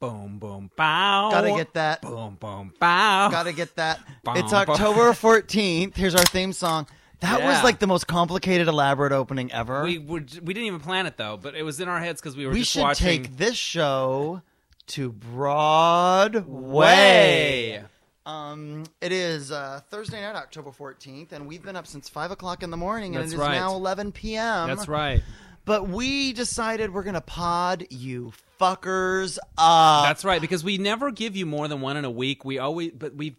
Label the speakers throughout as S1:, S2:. S1: Boom, boom, bow.
S2: Gotta get that.
S1: Boom, boom, bow.
S2: Gotta get that.
S1: Bum,
S2: It's
S1: bum.
S2: October 14th. Here's our theme song. That was
S1: Yeah.
S2: like the most complicated, elaborate opening ever.
S1: we were, we didn't even plan it though, but it was in our heads because we were
S2: We
S1: just
S2: should
S1: watching.
S2: take this show to Broadway.
S1: way.
S2: Um, it is uh, Thursday night, October 14th, and we've been up since 5 o'clock in the morning, and
S1: That's
S2: it is
S1: right.
S2: now 11 p.m.
S1: That's right.
S2: But we decided we're going to pod you fuckers up.
S1: That's right. Because we never give you more than one in a week. We always, but we've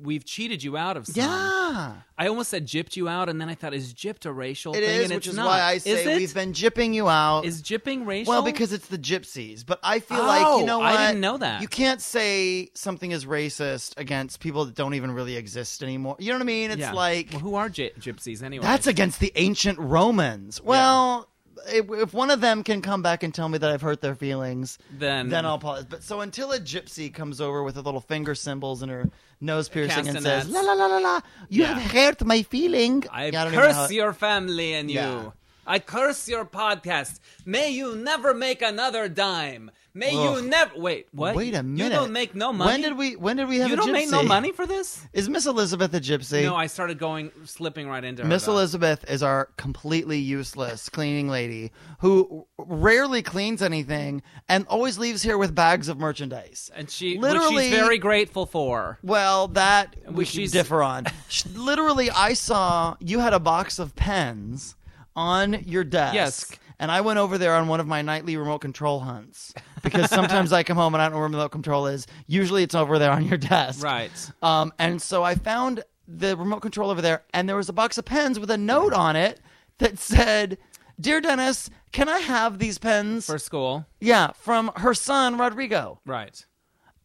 S1: we've cheated you out of some.
S2: yeah.
S1: I almost said gypped you out, and then I thought, is gypped a racial
S2: It
S1: thing?
S2: is,
S1: and
S2: which
S1: it's
S2: is
S1: not.
S2: why I
S1: is
S2: say
S1: it?
S2: we've been jipping you out.
S1: Is gypping racial?
S2: well, because it's the gypsies, but I feel
S1: Oh,
S2: like you know what?
S1: I didn't know that.
S2: You can't say something is racist against people that don't even really exist anymore. You know what I mean? It's
S1: Yeah.
S2: like
S1: well, who are gy- gypsies anyway?
S2: That's against the ancient Romans. Well, if, if one of them can come back and tell me that I've hurt their feelings,
S1: then
S2: then I'll pause. But so until a gypsy comes over with her little finger symbols and her nose piercing and says,
S1: Castanets.
S2: la la la la la, you
S1: Yeah.
S2: have hurt my feeling.
S1: I
S2: Yeah, don't even know how-
S1: curse your family and you.
S2: Yeah.
S1: I curse your podcast. May you never make another dime. May
S2: Ugh.
S1: you never wait. What?
S2: Wait a minute.
S1: You don't make no money.
S2: When did we? When did we have
S1: You
S2: a
S1: don't
S2: gypsy?
S1: make no money for this.
S2: Is Miss Elizabeth a gypsy?
S1: No, I started going slipping right into her,
S2: Miss
S1: though.
S2: Elizabeth is our completely useless cleaning lady who rarely cleans anything and always leaves here with bags of merchandise.
S1: and she which
S2: Literally-
S1: she's very grateful for.
S2: Well, that we
S1: Which
S2: should
S1: is-
S2: differ on. Sh- Literally, I saw you had a box of pens on your desk.
S1: Yes.
S2: And I went over there on one of my nightly remote control hunts because sometimes I come home and I don't know where remote control is. Usually it's over there on your desk.
S1: Right.
S2: Um, and so I found the remote control over there, and there was a box of pens with a note on it that said, Dear Dennis, can I have these pens?
S1: For school.
S2: yeah, from her son, Rodrigo.
S1: Right.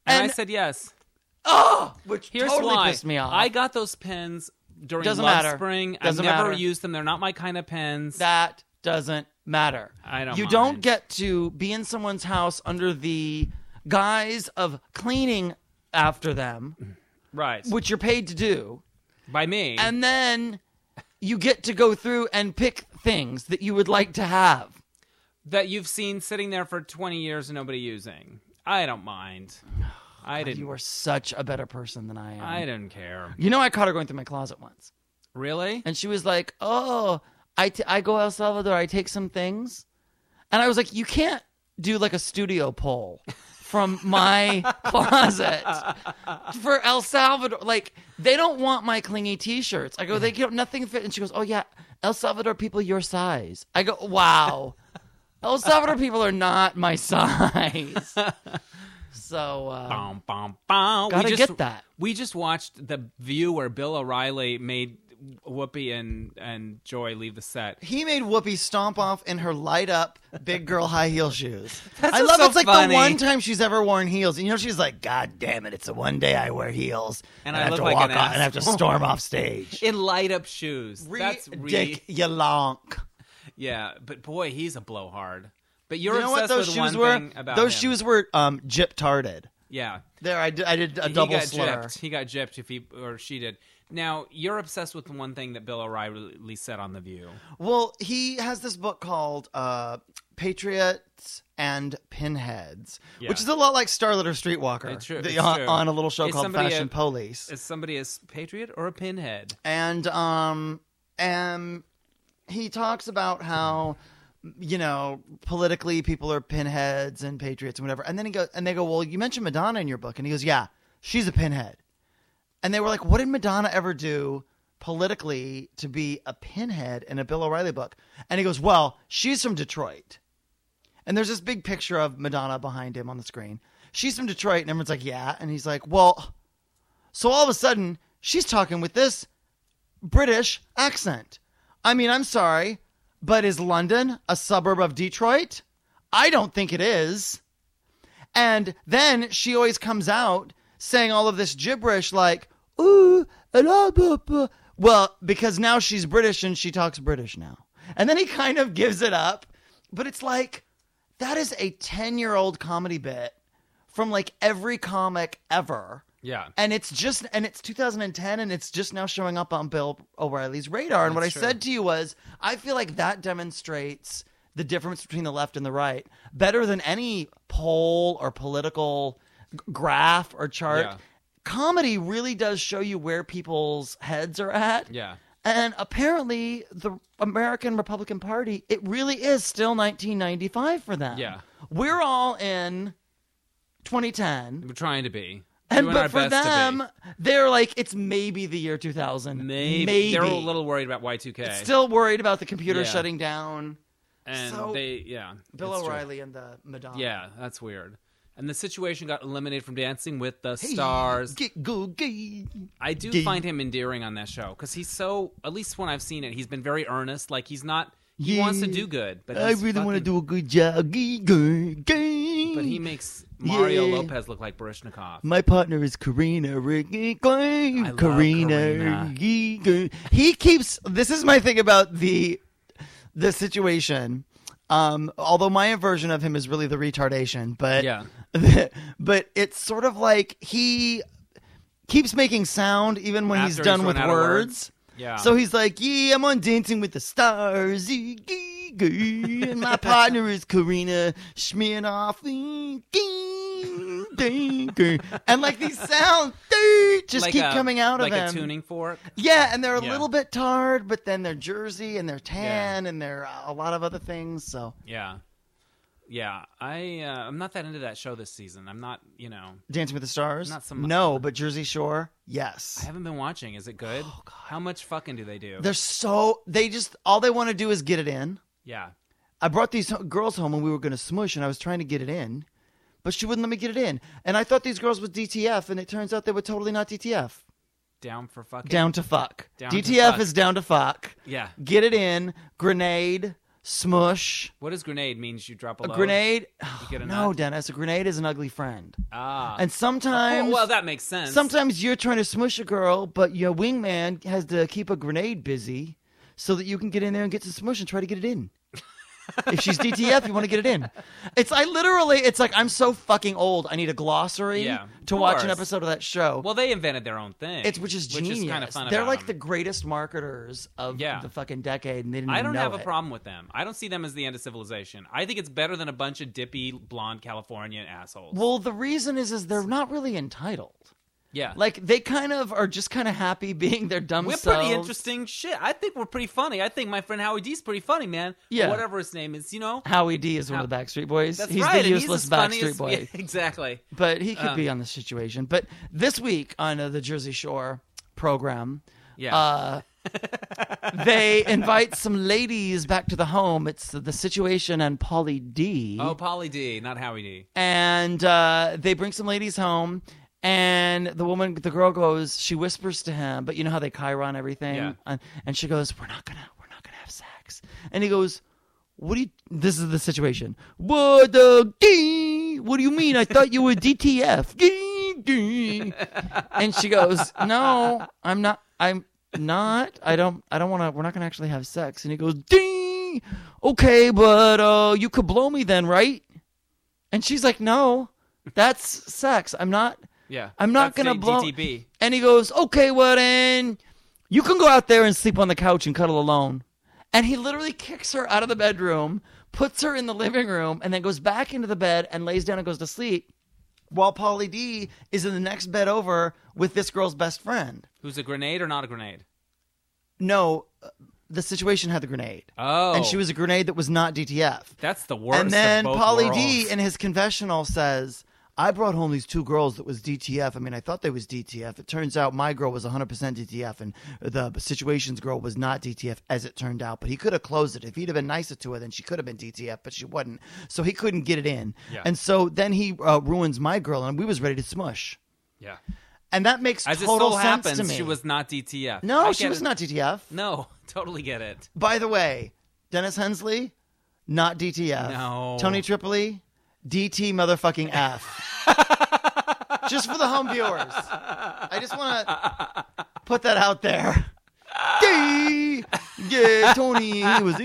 S1: And,
S2: And-
S1: I said yes.
S2: Oh, which
S1: Here's
S2: totally
S1: why.
S2: pissed me off.
S1: I got those pens during
S2: Doesn't
S1: Love
S2: matter.
S1: Spring.
S2: Doesn't
S1: I never
S2: matter.
S1: used them. They're not my kind of pens.
S2: that doesn't matter.
S1: I don't
S2: You
S1: mind.
S2: don't get to be in someone's house under the guise of cleaning after them,
S1: right.
S2: which you're paid to do,
S1: By me.
S2: and then you get to go through and pick things that you would like to have.
S1: that you've seen sitting there for 20 years and nobody using. I don't mind. I
S2: You
S1: didn't.
S2: are such a better person than I am.
S1: I didn't care.
S2: you know, I caught her going through my closet once,
S1: Really?
S2: and she was like, "Oh, I, t- I go El Salvador. I take some things," and I was like, "You can't do like a studio poll from my closet for El Salvador. Like, they don't want my clingy T-shirts." I go, "They get nothing fit," and she goes, "Oh yeah, El Salvador people your size." I go, "Wow." El Salvador people are not my size. So, uh,
S1: Bom, bom, bom.
S2: Gotta
S1: we just,
S2: get that.
S1: We just watched the view where Bill O'Reilly made Whoopi and and Joy leave the set.
S2: he made Whoopi stomp off in her light up big girl high heel shoes. I
S1: what's
S2: love
S1: so
S2: it's like the
S1: funny.
S2: one time she's ever worn heels. And you know she's like, God damn it, it's the one day I wear heels
S1: And I
S2: have
S1: look
S2: to
S1: like
S2: walk
S1: an
S2: off and I have to
S1: asshole."
S2: storm off stage.
S1: In light up shoes. That's re-
S2: Ridic- you lonk.
S1: Yeah, but boy, he's a blowhard. But you're
S2: You know what
S1: obsessed
S2: those
S1: with one
S2: shoes were?
S1: thing about
S2: Those
S1: him.
S2: shoes were um, gyp tarded.
S1: Yeah.
S2: There, I did, I did a
S1: he
S2: double
S1: got
S2: slur.
S1: gypped. He got gypped if he or she did. Now you're obsessed with one thing that Bill O'Reilly said on the View.
S2: Well, he has this book called uh, Patriots and Pinheads,
S1: Yeah.
S2: which is a lot like Starlet or Streetwalker
S1: It's true,
S2: the-
S1: it's
S2: on,
S1: true.
S2: on a little show
S1: Is
S2: called
S1: somebody a-
S2: Fashion Police.
S1: Is somebody a s- patriot or a pinhead?
S2: and um and he talks about how you know politically people are pinheads and patriots and whatever and then he goes and they go well you mentioned madonna in your book and he goes yeah she's a pinhead and they were like what did madonna ever do politically to be a pinhead in a bill o'reilly book and he goes well she's from detroit and there's this big picture of madonna behind him on the screen she's from detroit and everyone's like yeah and he's like well so all of a sudden she's talking with this British accent. I mean, I'm sorry, but is London a suburb of Detroit? I don't think it is. And then she always comes out saying all of this gibberish like, ooh, and ah, blah, blah." well, because now she's British and she talks British now. And then he kind of gives it up. But it's like, that is a 10 year old comedy bit from like every comic ever.
S1: Yeah.
S2: And it's just, and it's 2010, and it's just now showing up on Bill O'Reilly's radar. And what I
S1: That's true.
S2: said to you was, I feel like that demonstrates the difference between the left and the right better than any poll or political g- graph or chart.
S1: Yeah.
S2: Comedy really does show you where people's heads are at.
S1: Yeah.
S2: And apparently, the American Republican Party, it really is still 1995 for them.
S1: Yeah.
S2: We're all in 2010.
S1: We're trying to be.
S2: And
S1: Doing our
S2: but for
S1: best to be.
S2: them, they're like, it's maybe the year 2000.
S1: maybe, they're a little worried about Y2K.
S2: Still worried about the computer
S1: Yeah.
S2: shutting down.
S1: and
S2: so-
S1: they, yeah,
S2: Bill
S1: it's true.
S2: O'Reilly and the Madonna.
S1: Yeah, that's weird. And the situation got eliminated from Dancing with the Stars.
S2: Get go gay.
S1: I do
S2: Gee.
S1: find him endearing on that show because he's so. At least when I've seen it, he's been very earnest. Like he's not. He
S2: Yeah.
S1: wants to do good, but
S2: I
S1: he's
S2: really want to
S1: fucking-
S2: do a good job. Gay, gay, gay.
S1: But he makes Mario
S2: Yeah.
S1: Lopez look like Barishnikov.
S2: My partner is Karina. Ricky, Karina.
S1: love
S2: Karina.
S1: Karina.
S2: Gee, gee. He keeps. This is my thing about the the situation. Um, although my version of him is really the retardation, but
S1: Yeah.
S2: but it's sort of like he keeps making sound even when he's
S1: After he's
S2: done
S1: run
S2: with
S1: out of words. Uh-huh.
S2: words.
S1: Yeah.
S2: So he's like, "Yeah, I'm on Dancing with the Stars, ee, gee, gee, and my partner is Karina Smirnoff." ee, gee, gee, gee." And like these sounds dude, just
S1: Like
S2: keep
S1: a-
S2: coming out
S1: like
S2: of
S1: a
S2: him.
S1: tuning fork.
S2: Yeah, and they're a
S1: Yeah.
S2: little bit tarred, but then they're Jersey and they're tan and they're uh, a lot of other things. So
S1: Yeah, yeah. I uh, I'm not that into that show this season. I'm not. You know,
S2: Dancing with the Stars,
S1: Not so much.
S2: no, but Jersey Shore, yes.
S1: I haven't been watching. Is it good? How much fucking do they do?
S2: Oh, They're so they just all they want to do is get it in.
S1: yeah.
S2: I brought these ho- girls home and we were going to smush, and I was trying to get it in, but she wouldn't let me get it in. And I thought these girls were DTF, and it turns out they were totally not DTF.
S1: Down for fucking.
S2: Down to fuck.
S1: Down to
S2: DTF
S1: fuck.
S2: is down to fuck.
S1: Yeah.
S2: Get it in, grenade, smush.
S1: What does grenade means? You drop a,
S2: A
S1: load?
S2: grenade? oh,
S1: get a
S2: no,
S1: nut.
S2: Dennis. A grenade is an ugly friend.
S1: Ah.
S2: And
S1: Oh,
S2: sometimes,
S1: well, that makes sense.
S2: sometimes you're trying to smush a girl, but your wingman has to keep a grenade busy so that you can get in there and get to smush and try to get it in. if she's DTF, you want to get it in. It's I literally, it's like I'm so fucking old. I need a glossary
S1: Yeah, of
S2: to watch an
S1: course.
S2: episode of that show.
S1: Well, they invented their own thing.
S2: it's which is genius.
S1: kind of fun.
S2: They're
S1: about
S2: like the
S1: them.
S2: greatest marketers of
S1: Yeah.
S2: the fucking decade, and they didn't.
S1: I
S2: even
S1: don't
S2: know
S1: have a
S2: it.
S1: problem with them. I don't see them as the end of civilization. I think it's better than a bunch of dippy blonde Californian assholes.
S2: Well, the reason is is they're not really entitled.
S1: yeah.
S2: Like they kind of are just kind of happy being their dumb
S1: we're
S2: selves.
S1: pretty interesting shit. I think we're pretty funny. I think my friend Howie D's pretty funny, man.
S2: Yeah.
S1: Whatever his name is, you know?
S2: Howie D is one of the Backstreet Boys.
S1: That's
S2: he's
S1: right.
S2: the
S1: and
S2: useless
S1: he's as funny
S2: Backstreet
S1: as-
S2: Boy,
S1: Yeah, exactly.
S2: but he could
S1: Um,
S2: be on the situation. But this week on uh, the Jersey Shore program,
S1: Yeah.
S2: uh, they invite some ladies back to the home. It's the situation and Polly D,
S1: oh, Polly D, not Howie D.
S2: and uh, they bring some ladies home. And the woman, the girl goes, she whispers to him, but you know how they Chiron everything,
S1: Yeah.
S2: and, and she goes, "We're not gonna, we're not gonna have sex." And he goes, "What do you? This is the situation. What the gee? What do you mean? I thought you were DTF." Gee, gee. And she goes, "No, I'm not. I'm not. I don't. I don't want to. We're not gonna actually have sex." And he goes, "Ding. Okay, but uh, you could blow me then, right?" And she's like, "No, that's sex. I'm not."
S1: Yeah.
S2: I'm not
S1: That's
S2: gonna
S1: D-
S2: blow-
S1: DTB.
S2: And he goes, okay, well then, you can go out there and sleep on the couch and cuddle alone. And he literally kicks her out of the bedroom, puts her in the living room, and then goes back into the bed and lays down and goes to sleep. While Polly D is in the next bed over with this girl's best friend.
S1: Who's a grenade or not a grenade?
S2: No, uh, the situation had the grenade.
S1: Oh.
S2: And she was a grenade that was not DTF.
S1: That's the worst.
S2: And then
S1: of both
S2: Polly
S1: worlds.
S2: D in his confessional says, I brought home these two girls that was DTF. I mean, I thought they was DTF. It turns out my girl was 100% DTF and the situations girl was not DTF as it turned out. But he could have closed it. If he'd have been nicer to her, then she could have been DTF, but she wasn't. So he couldn't get it in.
S1: Yeah.
S2: And so then he uh, ruins my girl and we was ready to smush.
S1: Yeah.
S2: And that makes
S1: As it
S2: total
S1: still
S2: sense
S1: happens,
S2: to me.
S1: she was not DTF. I
S2: no, she
S1: get
S2: was
S1: it.
S2: not DTF.
S1: No, totally get it.
S2: By the way, Dennis Hensley, not DTF.
S1: No.
S2: Tony Tripoli, DT motherfucking F. just for the home viewers. I just want to put that out there. D. Yeah, Tony was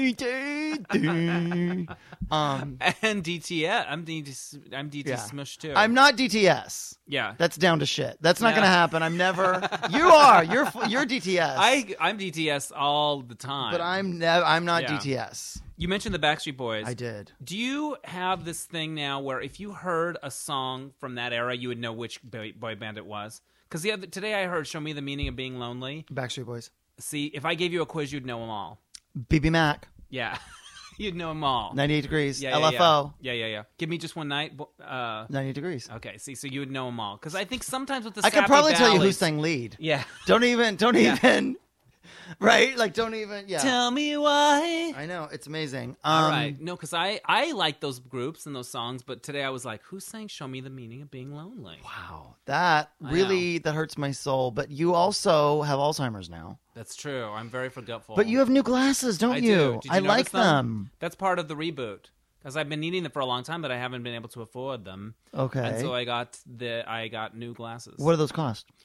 S2: DT. Um,
S1: And DTF. I'm DT. I'm DT
S2: yeah.
S1: Smush too.
S2: I'm not DTS.
S1: Yeah.
S2: That's down to shit. That's not
S1: No.
S2: going to happen. I'm never. You are. You're f- you're DTS.
S1: I I'm DTS all the time.
S2: but I'm nev- I'm not
S1: Yeah.
S2: DTS.
S1: You mentioned the Backstreet Boys.
S2: I did.
S1: Do you have this thing now where if you heard a song from that era, you would know which boy, boy band it was? Because the other, today I heard "Show Me the Meaning of Being Lonely."
S2: Backstreet Boys.
S1: See, if I gave you a quiz, you'd know them all.
S2: BB Mac.
S1: Yeah, you'd know them all.
S2: 98 degrees.
S1: Yeah, yeah,
S2: LFO.
S1: Yeah. yeah, yeah, yeah. Give me just one night. bo- Uh,
S2: 98 degrees.
S1: okay, see, so you would know them all because I think sometimes with the
S2: I could
S1: sappy
S2: probably tell you who
S1: ballads-
S2: sang lead.
S1: Yeah.
S2: Don't even. Don't
S1: Yeah.
S2: even. Right? Like, don't even. Yeah.
S1: Tell me why.
S2: I know it's amazing. Um,
S1: All right. No, because I I like those groups and those songs, but today I was like, who sang "Show Me the Meaning of Being Lonely"?
S2: Wow, that really that hurts my soul. But you also have Alzheimer's now.
S1: That's true. I'm very forgetful.
S2: But you have new glasses, don't
S1: Oh. I
S2: you?
S1: do. Did you
S2: I
S1: notice
S2: like them.
S1: That's part of the reboot because I've been needing them for a long time, but I haven't been able to afford them.
S2: Okay.
S1: And so I got the I got new glasses.
S2: what do those cost?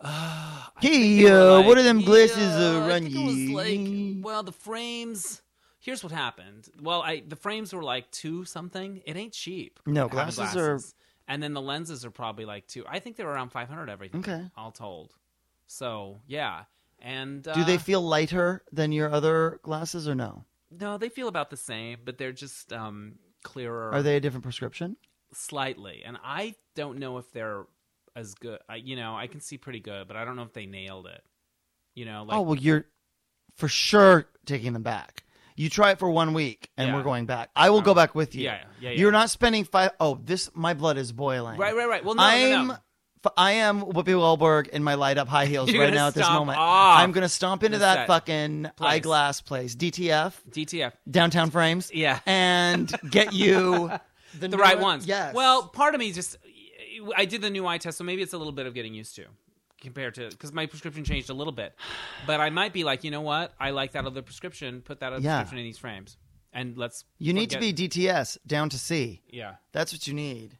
S1: I think
S2: hey,
S1: they were
S2: uh,
S1: like-
S2: what are them glasses
S1: Yeah,
S2: uh,
S1: I
S2: run
S1: think it was
S2: ye?
S1: like, well, the frames. Here's what happened. Well, I the frames were like two something. It ain't cheap.
S2: No,
S1: having
S2: Oh, glasses are-
S1: And then the lenses are probably like two. I think they're around five hundred everything.
S2: Okay.
S1: all told. So yeah, and uh,
S2: do they feel lighter than your other glasses or no?
S1: no, they feel about the same, but they're just um clearer.
S2: Are they a different prescription?
S1: slightly, and I don't know if they're as good. I, you know, I can see pretty good, but I don't know if they nailed it. You know, like
S2: oh well, you're for sure taking them back. You try it for one week, and
S1: Yeah.
S2: we're going back. I will go back with you.
S1: Yeah, yeah, yeah.
S2: You're not spending five oh this. My blood is boiling.
S1: right, right, right. Well, no, no,
S2: I'm
S1: no.
S2: f- I am Whoopi Goldberg in my light up high heels
S1: You're
S2: right
S1: gonna
S2: now at this
S1: stomp
S2: moment.
S1: off
S2: I'm gonna stomp into
S1: this
S2: that
S1: set
S2: fucking
S1: place.
S2: eyeglass place, DTF,
S1: DTF.
S2: downtown frames,
S1: Yeah.
S2: and get you
S1: the
S2: the, new
S1: right
S2: one-
S1: ones.
S2: Yes.
S1: Well, part of me just I did the new eye test, so maybe it's a little bit of getting used to compared to because my prescription changed a little bit. But I might be like, you know what? I like that other prescription. Put that other
S2: Yeah.
S1: prescription in these frames, and let's.
S2: you need to be
S1: forget-
S2: DTS down to C.
S1: Yeah.
S2: That's what you need.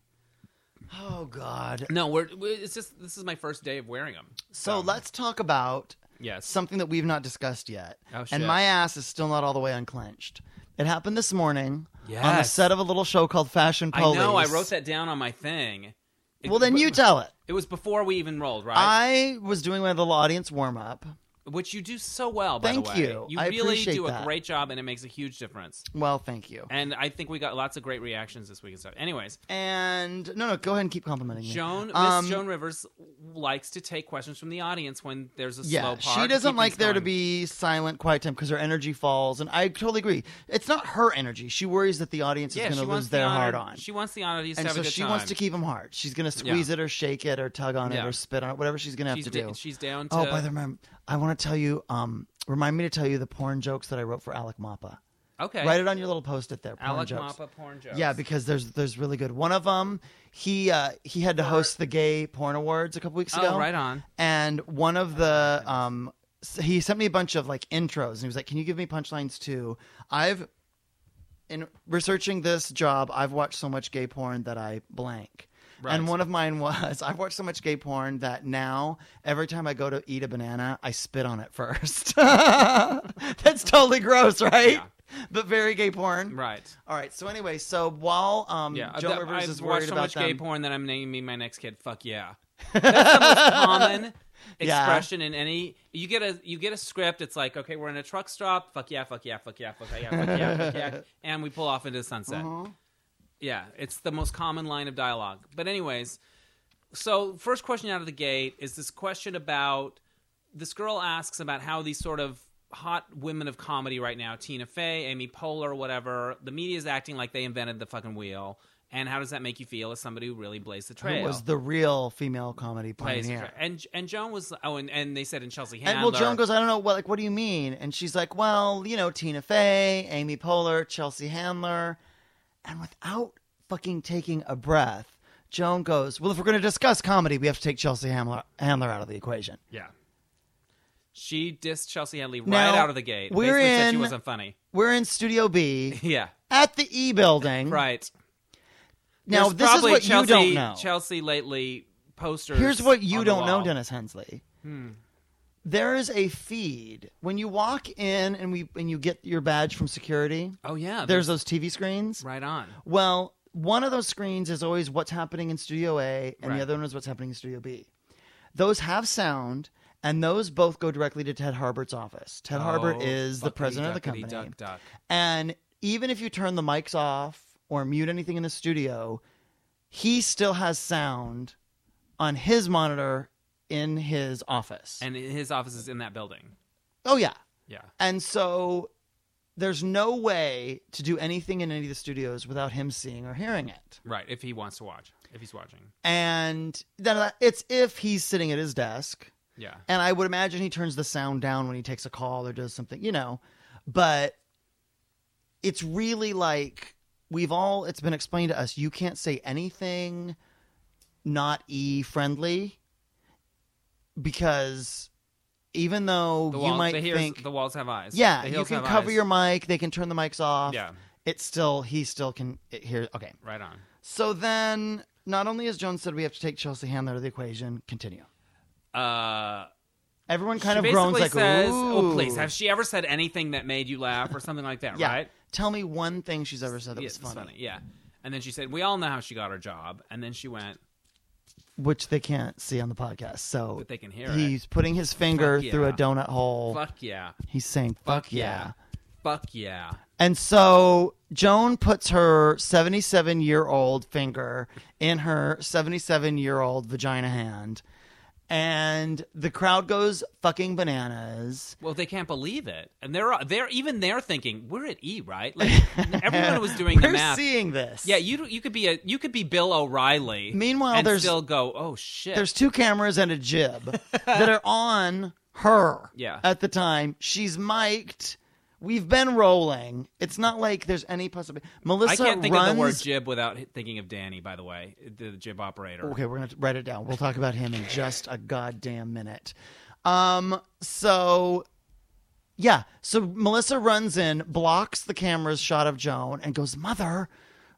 S2: Oh God.
S1: No, we're, we it's just this is my first day of wearing them.
S2: So let's talk about
S1: Yes.
S2: something that we've not discussed yet.
S1: Oh, shit.
S2: And my ass is still not all the way unclenched. It happened this morning on the
S1: Yes.
S2: set of a little show called Fashion
S1: I
S2: Police.
S1: know. I wrote that down on my thing. It-
S2: Well, then
S1: but-
S2: you tell it.
S1: It was before we even rolled, right?
S2: I was doing my little audience warm up.
S1: Which you do so well, by
S2: Thank
S1: the way.
S2: you.
S1: You
S2: I
S1: really
S2: appreciate
S1: do a
S2: that.
S1: great job, and it makes a huge difference.
S2: Well, thank you.
S1: And I think we got lots of great reactions this week and stuff. Anyways,
S2: And no, no, go ahead and keep complimenting me.
S1: Joan Miss
S2: Um,
S1: Joan Rivers likes to take questions from the audience when there's a slow
S2: Yeah,
S1: part.
S2: she
S1: to
S2: doesn't
S1: keep
S2: like
S1: things
S2: there to
S1: going.
S2: be silent, quiet time because her energy falls, and I totally agree. It's not her energy; she worries that the audience
S1: yeah,
S2: is
S1: she
S2: going to
S1: wants
S2: lose
S1: the
S2: their
S1: honor-
S2: hard on,
S1: She wants the audience
S2: and
S1: to have
S2: so
S1: a good
S2: she
S1: time.
S2: wants to keep them hard. She's going to squeeze it or shake it or tug on it
S1: Yeah.
S2: or spit on it, whatever she's going to have
S1: she's,
S2: to
S1: da-
S2: do.
S1: she's down to.
S2: Oh, by the way, I want to tell you. Um, remind me to tell you the porn jokes that I wrote for Alec Mappa.
S1: okay.
S2: Write it on your little post-it there. Porn
S1: Alec
S2: jokes.
S1: Mappa porn jokes.
S2: Yeah, because there's there's really good. One of them, he uh, he had to host the Gay Porn Awards a couple weeks
S1: Oh,
S2: ago.
S1: right on.
S2: And one of the um, s- he sent me a bunch of like intros, and he was like, "Can you give me punchlines too?" I've in researching this job, I've watched so much gay porn that I blank.
S1: Right.
S2: And one of mine was I've watched so much gay porn that now every time I go to eat a banana, I spit on it first. That's totally gross, right?
S1: Yeah.
S2: But very gay porn.
S1: right.
S2: All right. So anyway, so while um,
S1: Yeah, I've-
S2: Joan
S1: I've,
S2: Rivers
S1: I've
S2: is
S1: watched
S2: worried
S1: so
S2: about
S1: much
S2: them,
S1: gay porn that I'm naming my next kid. Fuck yeah, that's the most common
S2: Yeah.
S1: expression in any. You get a you get a script. It's like okay, we're in a truck stop. Fuck yeah, fuck yeah, fuck yeah, fuck yeah, fuck yeah, fuck yeah, and we pull off into the sunset.
S2: Uh-huh.
S1: Yeah, it's the most common line of dialogue. But anyways, so first question out of the gate is this question about this girl asks about how these sort of hot women of comedy right now, Tina Fey, Amy Poehler, whatever, the media is acting like they invented the fucking wheel. And how does that make you feel as somebody who really blazed the
S2: who
S1: trail?
S2: was the real female comedy
S1: Blazed the
S2: pioneer.
S1: trail. And and Joan was oh and, and they said in Chelsea Handler.
S2: And well, Joan goes, I don't know what, like, what do you mean? And she's like, well, you know, Tina Fey, Amy Poehler, Chelsea Handler, and without fucking taking a breath, Joan goes, well, if we're going to discuss comedy, we have to take Chelsea Handler, Handler out of the equation.
S1: Yeah. She dissed Chelsea Handley right
S2: Now,
S1: out of the gate.
S2: we're
S1: Basically said she
S2: in-
S1: wasn't funny.
S2: We're in Studio B
S1: Yeah.
S2: at the E Building.
S1: Right.
S2: now,
S1: There's
S2: this is
S1: probably
S2: what
S1: Chelsea,
S2: you don't know.
S1: Chelsea lately posters.
S2: Here's what you
S1: on the
S2: don't know,
S1: wall. Hmm.
S2: Dennis Hensley. There is a feed when you walk in and we and you get your badge from security.
S1: Oh yeah,
S2: There's those TV screens.
S1: right on.
S2: Well, one of those screens is always what's happening in Studio A, and
S1: Right.
S2: the other one is what's happening in Studio B. Those have sound, and those both go directly to Ted Harbert's office. Ted Harbert
S1: Oh,
S2: is the
S1: fuckity
S2: president of the
S1: duckity
S2: company.
S1: Duck, duck.
S2: And even if you turn the mics off or mute anything in the studio, he still has sound on his monitor in his office.
S1: And his office is in that building.
S2: oh yeah.
S1: Yeah.
S2: And so there's no way to do anything in any of the studios without him seeing or hearing it.
S1: Right. If he wants to watch, if he's watching.
S2: And then it's if he's sitting at his desk
S1: Yeah.
S2: And I would imagine he turns the sound down when he takes a call or does something, you know. But it's really like we've all, it's been explained to us you can't say anything not E friendly because even though
S1: The
S2: you
S1: walls,
S2: might
S1: the, hears-
S2: think,
S1: the walls have eyes.
S2: yeah,
S1: The
S2: you
S1: hills
S2: can
S1: have
S2: cover
S1: eyes.
S2: your mic, they can turn the mics off.
S1: Yeah.
S2: It's still, he still can it hear. Okay.
S1: Right on.
S2: So then, not only as Jones said, we have to take Chelsea Handler out of the equation, continue.
S1: Uh,
S2: Everyone kind
S1: she
S2: of groans
S1: basically
S2: like,
S1: says, "Oh,
S2: "Ooh."
S1: please." Have she ever said anything that made you laugh or something like that?
S2: Yeah.
S1: Right.
S2: Tell me one thing she's ever said that
S1: Yeah,
S2: was
S1: it was
S2: funny,
S1: Yeah. And then she said, "We all know how she got her job." And then she went,
S2: which they can't see on the podcast. So
S1: "But they can hear
S2: he's putting his finger
S1: Fuck yeah.
S2: through a donut
S1: it."
S2: hole.
S1: Fuck yeah.
S2: He's saying, fuck, yeah.
S1: Fuck yeah.
S2: And so Joan puts her 77 year old finger in her 77 year old vagina hand. And the crowd goes fucking bananas.
S1: Well, they can't believe it, and they're uh, they're even they're thinking we're at E, right? Like everyone was doing the
S2: We're
S1: math.
S2: seeing this.
S1: yeah, you you could be a you could be Bill O'Reilly.
S2: Meanwhile,
S1: and
S2: there's-
S1: still go. Oh shit.
S2: There's two cameras and a jib that are on her.
S1: Yeah.
S2: At the time, she's mic'd. We've been rolling. It's not like there's any possibility. Melissa
S1: I can't think
S2: runs.
S1: of the word jib without h- thinking of Danny. By the way, the jib operator.
S2: Okay, we're gonna write it down. We'll talk about him in just a goddamn minute. Um. So. Yeah, so Melissa runs in, blocks the camera's shot of Joan, and goes, Mother,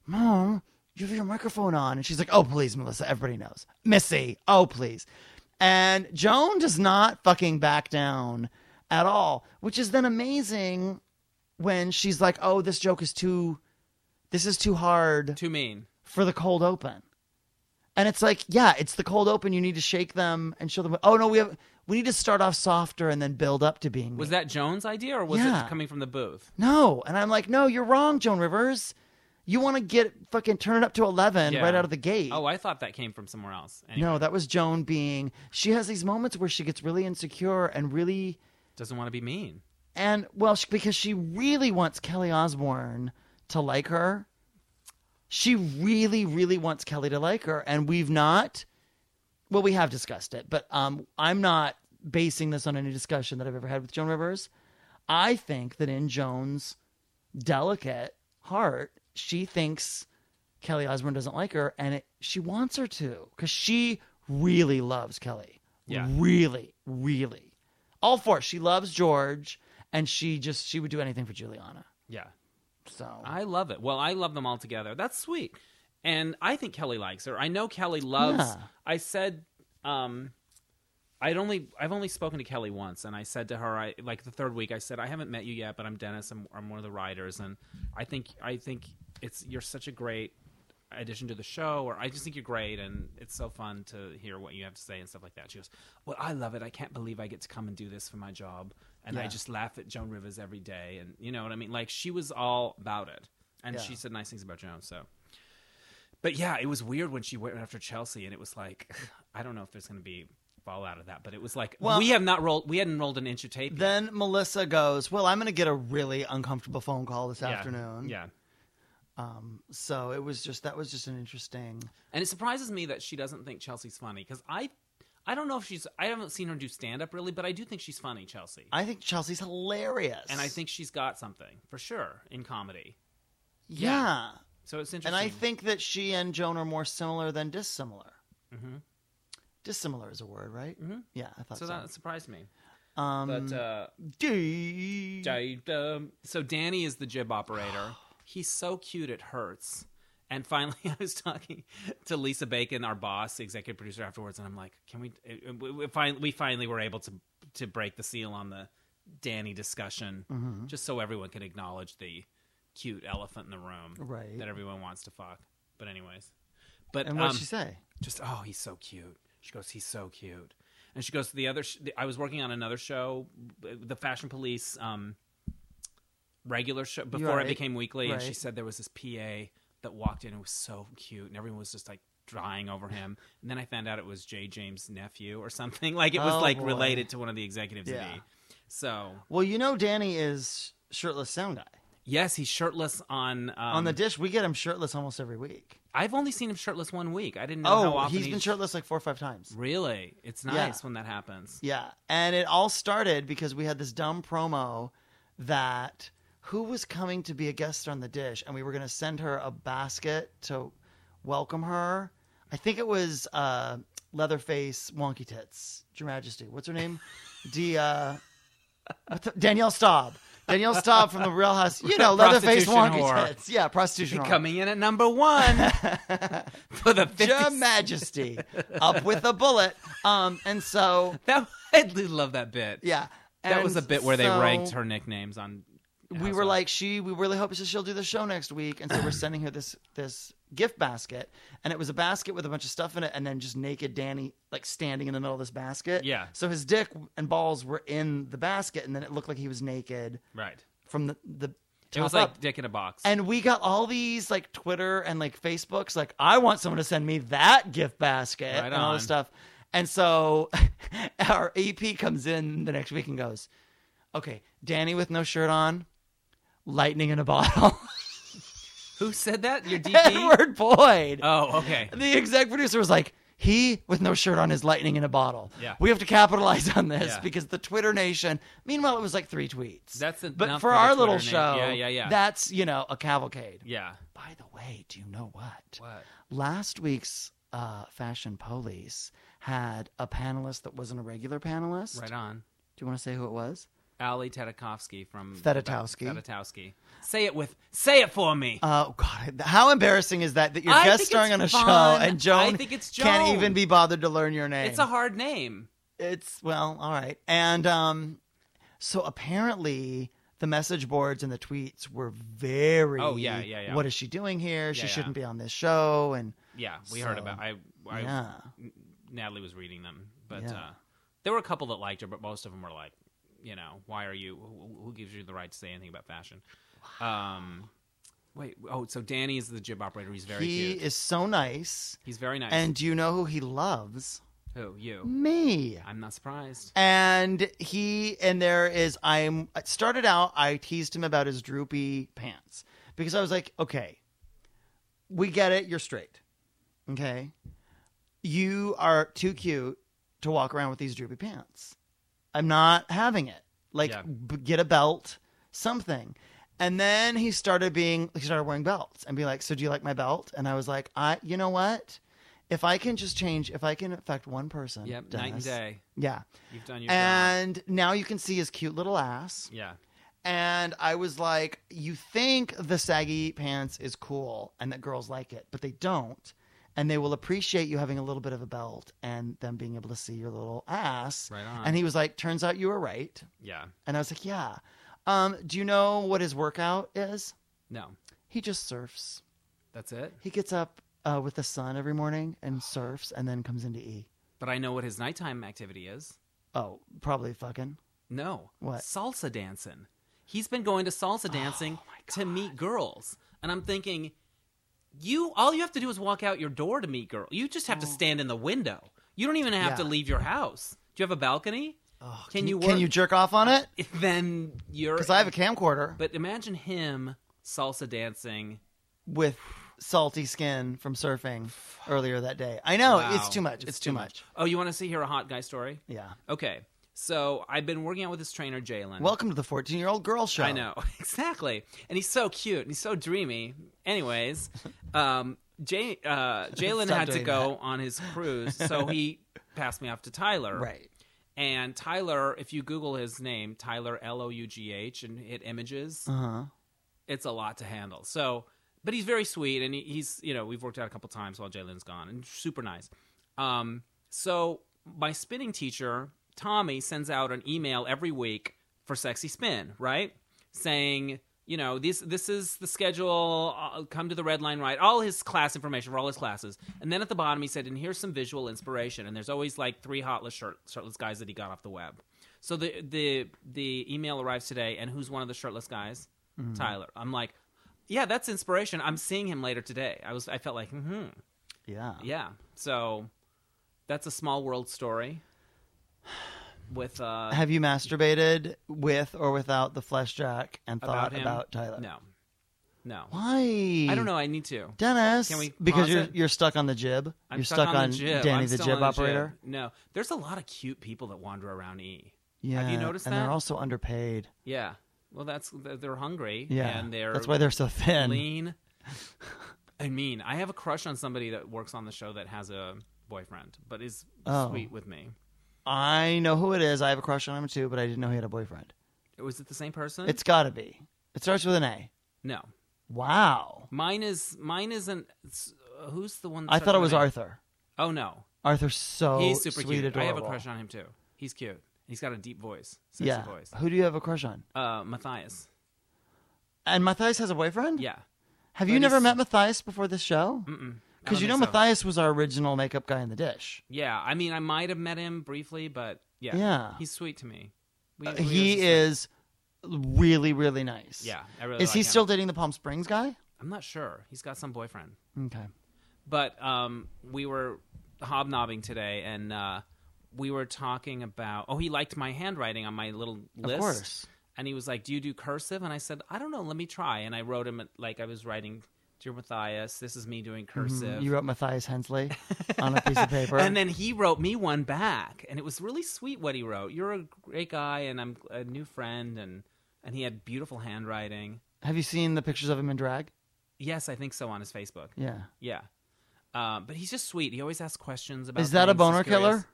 S2: Mom, you have your microphone on. And she's like, Oh, please, Melissa, everybody knows. Missy, oh, please. And Joan does not fucking back down at all, which is then amazing when she's like, Oh, this joke is too, this is too hard
S1: Too mean.
S2: for the cold open. And it's like, yeah, it's the cold open. You need to shake them and show them. Oh no, we have we need to start off softer and then build up to being.
S1: Was
S2: mean."
S1: that Jones' idea or was
S2: Yeah.
S1: it coming from the booth?
S2: no? And I'm like, no, you're wrong, Joan Rivers. You want to get fucking turn it up to eleven
S1: Yeah.
S2: right out of the gate.
S1: Oh, I thought that came from somewhere else. Anyway,
S2: no, that was Joan being. She has these moments where she gets really insecure and really
S1: doesn't want to be mean.
S2: and well she, because she really wants Kelly Osbourne to like her. She really, really wants Kelly to like her, and we've not. Well, we have discussed it, but um, I'm not basing this on any discussion that I've ever had with Joan Rivers. I think that in Joan's delicate heart, she thinks Kelly Osbourne doesn't like her, and it, she wants her to because she really loves Kelly.
S1: Yeah.
S2: Really, really. All four. She loves George, and she just she would do anything for Juliana.
S1: Yeah.
S2: So
S1: I love it. Well, I love them all together. That's sweet. And I think Kelly likes her. I know Kelly loves.
S2: Yeah.
S1: I said, um, I'd only I've only spoken to Kelly once, and I said to her, I like the third week. I said, I haven't met you yet, but I'm Dennis. I'm, I'm one of the writers, and I think I think it's you're such a great addition to the show, or I just think you're great, and it's so fun to hear what you have to say and stuff like that. She goes, Well, I love it. I can't believe I get to come and do this for my job, and I
S2: Yeah.
S1: just laugh at Joan Rivers every day, and you know what I mean. Like she was all about it, and
S2: Yeah.
S1: she said nice things about Joan. So, but yeah, it was weird when she went after Chelsea, and it was like, I don't know if there's going to be fallout of that, but it was like
S2: Well-
S1: we have not rolled, we hadn't rolled an inch of tape. yet.
S2: then Melissa goes, "Well, I'm going to get a really uncomfortable phone call this
S1: Yeah.
S2: afternoon."
S1: yeah.
S2: So it was just that was just an interesting.
S1: And it surprises me that she doesn't think Chelsea's funny because I, I don't know if she's. I haven't seen her do stand up really, but I do think she's funny, Chelsea.
S2: I think Chelsea's hilarious,
S1: and I think she's got something for sure in comedy.
S2: yeah.
S1: So it's interesting.
S2: and I think that she and Joan are more similar than dissimilar.
S1: Mhm.
S2: Dissimilar is a word, right?
S1: Mhm.
S2: Yeah, I thought
S1: so.
S2: so.
S1: That surprised me.
S2: um,
S1: But uh,
S2: D-
S1: I, um, so Danny is the jib operator. He's so cute it hurts. And finally, I was talking to Lisa Bacon, our boss, the executive producer, afterwards, and I'm like, "Can we?" uh, We, we, fin- we finally were able to to break the seal on the Danny discussion,
S2: Mm-hmm.
S1: just so everyone can acknowledge the cute elephant in the room
S2: Right.
S1: that everyone wants to fuck. But anyways, but
S2: and what'd
S1: um,
S2: she say?
S1: just oh he's so cute she goes he's so cute and she goes to the other. Sh- I was working on another show, the Fashion Police um, regular show before
S2: Right.
S1: it became weekly, and she
S2: Right.
S1: said there was this PA that walked in and was so cute, and everyone was just like drying over him. And then I found out it was Jay James' nephew or something. Like it was
S2: Oh,
S1: like
S2: boy.
S1: related to one of the executives.
S2: Yeah.
S1: Yeah. So
S2: Well, you know, Danny is shirtless sound eye
S1: yes, he's shirtless on um,
S2: on the dish. We get him shirtless almost every week.
S1: I've only seen him shirtless one week. I didn't know how
S2: Oh,
S1: often
S2: he's been shirtless like four or five times.
S1: Really, it's
S2: Yeah.
S1: nice when that happens.
S2: Yeah. And it all started because we had this dumb promo that who was coming to be a guest on the dish and we were going to send her a basket to welcome her. I think it was uh, Leatherface Wonky Tits, Your Majesty. What's her name? D, uh, what's her- Danielle Staub. Danielle Staub from the Real House. You know, Leatherface
S1: Prostitution
S2: Wonky
S1: whore.
S2: Tits. Yeah, prostitution. whore.
S1: Coming in at number one for the
S2: Your
S1: 50th.
S2: Majesty, up with a bullet. Um, and so,
S1: That I did love that bit.
S2: yeah.
S1: that was a
S2: And
S1: bit where they
S2: so-
S1: ranked her nicknames on.
S2: we were like she we really hope she'll do the show next week and so we're sending her this this gift basket and it was a basket with a bunch of stuff in it and then just naked danny like standing in the middle of this basket
S1: Yeah.
S2: so his dick and balls were in the basket and then it looked like he was naked
S1: right.
S2: from the the
S1: It was
S2: top up.
S1: like Dick in a Box.
S2: and we got all these like twitter and like facebooks like i want someone to send me that gift basket
S1: Right
S2: and all this
S1: on.
S2: stuff and so our ep comes in the next week and goes okay danny with no shirt on lightning in a bottle
S1: Who said that? Your DP?
S2: edward boyd
S1: E oh, okay.
S2: the exec producer was like he with no shirt on is lightning in a bottle.
S1: Yeah.
S2: We have to capitalize on this
S1: Yeah.
S2: because the Twitter nation. Meanwhile, it was like three tweets.
S1: That's
S2: but
S1: enough
S2: for
S1: for the
S2: our
S1: Twitter
S2: little
S1: nation.
S2: show,
S1: Yeah, yeah, yeah.
S2: That's you know a cavalcade.
S1: Yeah.
S2: By the way, do you know what?
S1: What?
S2: Last week's uh, Fashion Police had a panelist that wasn't a regular panelist.
S1: Right on.
S2: Do you want to say who it was?
S1: Ali Tedakowski from
S2: Fedotowski.
S1: Fedotowski. Say it with. Say it for me.
S2: Oh God! How embarrassing is that that you're
S1: I
S2: guest
S1: think
S2: starring
S1: it's
S2: on a
S1: fun.
S2: show and Joan,
S1: I think it's
S2: can't
S1: Joan.
S2: even be bothered to learn your name.
S1: it's a hard name.
S2: It's well, all right. And um, so apparently the message boards and the tweets were very.
S1: Oh, yeah, yeah, yeah.
S2: What is she doing here? She
S1: Yeah, yeah.
S2: shouldn't be on this show. And
S1: Yeah, we heard
S2: So,
S1: about. I, I
S2: yeah,
S1: Natalie was reading them, but
S2: Yeah.
S1: uh, there were a couple that liked her, but most of them were like, you know, why are you? Who, who gives you the right to say anything about fashion? Um, wait, oh, so Danny is the jib operator. He's very
S2: he
S1: cute.
S2: is so nice.
S1: He's very nice.
S2: And do you know who he loves?
S1: who you?
S2: Me.
S1: I'm not surprised.
S2: And he and there is I'm it started out I teased him about his droopy pants because I was like, okay, we get it, you're straight. Okay. You are too cute to walk around with these droopy pants. I'm not having it. Like
S1: Yeah.
S2: b- get a belt, something. And then he started being he started wearing belts and be like, "So do you like my belt?" And I was like, "I you know what? If I can just change, if I can affect one person,
S1: Yep, night and
S2: Dennis,
S1: day.
S2: yeah.
S1: You've done your
S2: And now you can see his cute little ass.
S1: job. Yeah,
S2: And I was like, you think the saggy pants is cool and that girls like it, but they don't. And they will appreciate you having a little bit of a belt and them being able to see your little ass.
S1: right on.
S2: And he was like, turns out you were right.
S1: yeah,
S2: And I was like, yeah. Um, do you know what his workout is?
S1: no,
S2: He just surfs.
S1: that's it.
S2: He gets up uh, with the sun every morning and surfs and then comes into E.
S1: But I know what his nighttime activity is.
S2: Oh, probably fucking.
S1: No.
S2: What?
S1: Salsa dancing. He's been going to salsa
S2: Oh
S1: dancing to meet girls. And I'm thinking, you all you have to do is walk out your door to meet girls. You just have to stand in the window. You don't even have to
S2: Oh. Yeah.
S1: leave your house. Do you have a balcony?
S2: Oh,
S1: Can you
S2: can
S1: work-
S2: you jerk off on it?
S1: Then you're
S2: Because I have a camcorder
S1: But imagine him salsa dancing.
S2: with salty skin from surfing earlier that day. I know it's
S1: Wow.
S2: too much. It's, too much.
S1: Oh, you want to see here a hot guy story?
S2: Yeah.
S1: Okay. So I've been working out with this trainer, Jalen.
S2: Welcome to the 14 year old girl show.
S1: I know exactly, and he's so cute and he's so dreamy. Anyways, um, Jay, uh, Jalen
S2: Stop
S1: had to
S2: doing
S1: go on his cruise, so he passed me off to Tyler.
S2: Right.
S1: And Tyler, if you Google his name, Tyler L O U G H, and hit images,
S2: Uh huh.
S1: it's a lot to handle. So, but he's very sweet, and he, he's you know we've worked out a couple times while Jalen's gone, and super nice. Um, so my spinning teacher Tommy sends out an email every week for sexy spin, right? Saying you know, these this is the schedule. Uh, come to the red line ride. All his class information for all his classes, and then at the bottom he said, "And here's some visual inspiration." And there's always like three hotless shirt, shirtless guys that he got off the web. So the the the email arrives today, and who's one of the shirtless guys?
S2: Mm-hmm.
S1: Tyler. I'm like, yeah, that's inspiration. I'm seeing him later today. I was I felt like, hmm,
S2: Yeah.
S1: yeah. So that's a small world story. With uh,
S2: Have you masturbated with or without the flesh jack and thought
S1: about him.
S2: about, Tyler?
S1: No, no.
S2: Why?
S1: I don't know. I need to.
S2: Dennis,
S1: Can we
S2: because
S1: pause
S2: you're
S1: it?
S2: you're stuck on the jib.
S1: I'm
S2: you're stuck, on,
S1: the jib.
S2: Danny
S1: I'm
S2: the
S1: still
S2: jib
S1: on
S2: operator.
S1: No, there's a lot of cute people that wander around E.
S2: Yeah.
S1: Have you noticed
S2: and
S1: that?
S2: they're also underpaid.
S1: Yeah. Well, that's they're- they're hungry.
S2: Yeah.
S1: and they're
S2: That's why they're so thin.
S1: lean. I mean, I have a crush on somebody that works on the show that has a boyfriend, but is
S2: Oh.
S1: sweet with me.
S2: I know who it is. I have a crush on him too, but I didn't know he had a boyfriend.
S1: Was Oh, it the same person?
S2: It's got to be. It starts with an A.
S1: no.
S2: Wow.
S1: Mine is mine isn't. it's- uh, Who's the one? that
S2: I thought it
S1: started
S2: was
S1: with an
S2: Arthur.
S1: A? Oh no,
S2: Arthur's so
S1: he's super
S2: sweet,
S1: cute.
S2: adorable.
S1: I have a crush on him too. He's cute. He's got a deep voice, sexy
S2: yeah.
S1: voice.
S2: Who do you have a crush on?
S1: Uh, Matthias.
S2: And Matthias has a boyfriend?
S1: Yeah.
S2: Have
S1: But
S2: you never
S1: he's-
S2: met Matthias before this show?
S1: Mm-mm. I
S2: Because
S1: don't
S2: you know
S1: think so.
S2: Matthias was our original makeup guy in the dish.
S1: Yeah, I mean, I might have met him briefly, but yeah,
S2: Yeah.
S1: he's sweet to me. We-
S2: Uh,
S1: we
S2: he
S1: was-
S2: is really, really nice.
S1: Yeah, I really
S2: Is
S1: like
S2: he
S1: him.
S2: still dating the Palm Springs guy?
S1: I'm not sure. He's got some boyfriend,
S2: Okay.
S1: but um, we were hobnobbing today, and uh, we were talking about. Oh, he liked my handwriting on my little list.
S2: Of course.
S1: And he was like, "Do you do cursive?" And I said, "I don't know. Let me try." And I wrote him like I was writing, "Dear Matthias, this is me doing cursive."
S2: Mm-hmm. You wrote Matthias Hensley on a piece of paper.
S1: And then he wrote me one back, and it was really sweet what he wrote. You're a great guy, and I'm a new friend, and and he had beautiful handwriting.
S2: have you seen the pictures of him in drag?
S1: Yes, I think so on his Facebook.
S2: Yeah.
S1: Yeah, um, but he's just sweet. He always asks questions about.
S2: Is that a
S1: things. He's
S2: boner
S1: curious.
S2: killer?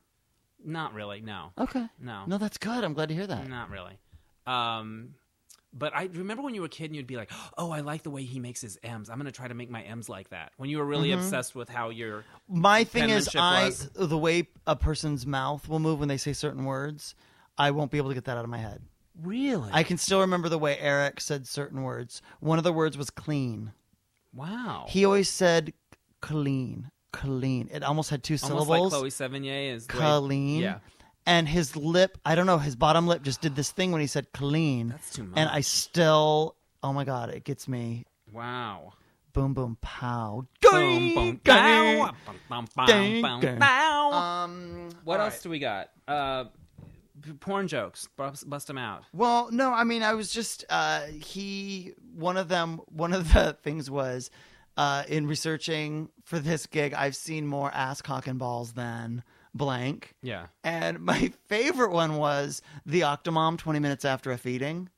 S1: Not really. No,
S2: Okay.
S1: no,
S2: No, that's good. I'm glad to hear that.
S1: not really. Um, but I remember when you were a kid, and you'd be like, "Oh, I like the way he makes his M's. I'm going to try to make my M's like that." When you were really
S2: Mm-hmm.
S1: obsessed with how you're.
S2: My thing is,
S1: Penmanship
S2: I
S1: was-
S2: the way a person's mouth will move when they say certain words, I won't be able to get that out of my head.
S1: Really?
S2: I can still remember the way Eric said certain words. One of the words was clean.
S1: wow.
S2: He always said clean, clean. It almost had two
S1: Almost
S2: syllables.
S1: like Chloe Sevigny is.
S2: clean.
S1: Yeah.
S2: And his lip, I don't know, his bottom lip just did this thing when he said clean.
S1: That's too much.
S2: And I still, oh my God, it gets me.
S1: Wow.
S2: Boom, boom, pow.
S1: Boom, boom,
S2: Gang,
S1: bow, bum, bum, bum,
S2: Ding,
S1: bum,
S2: ding.
S1: bow.
S2: Um,
S1: What
S2: all
S1: else
S2: right.
S1: do we got? Uh, p- porn jokes. Bust, bust them out.
S2: Well, no, I mean, I was just uh, he. One of them. One of the things was uh, in researching for this gig. I've seen more ass cock and balls than blank.
S1: Yeah.
S2: And my favorite one was the Octomom twenty minutes after a feeding,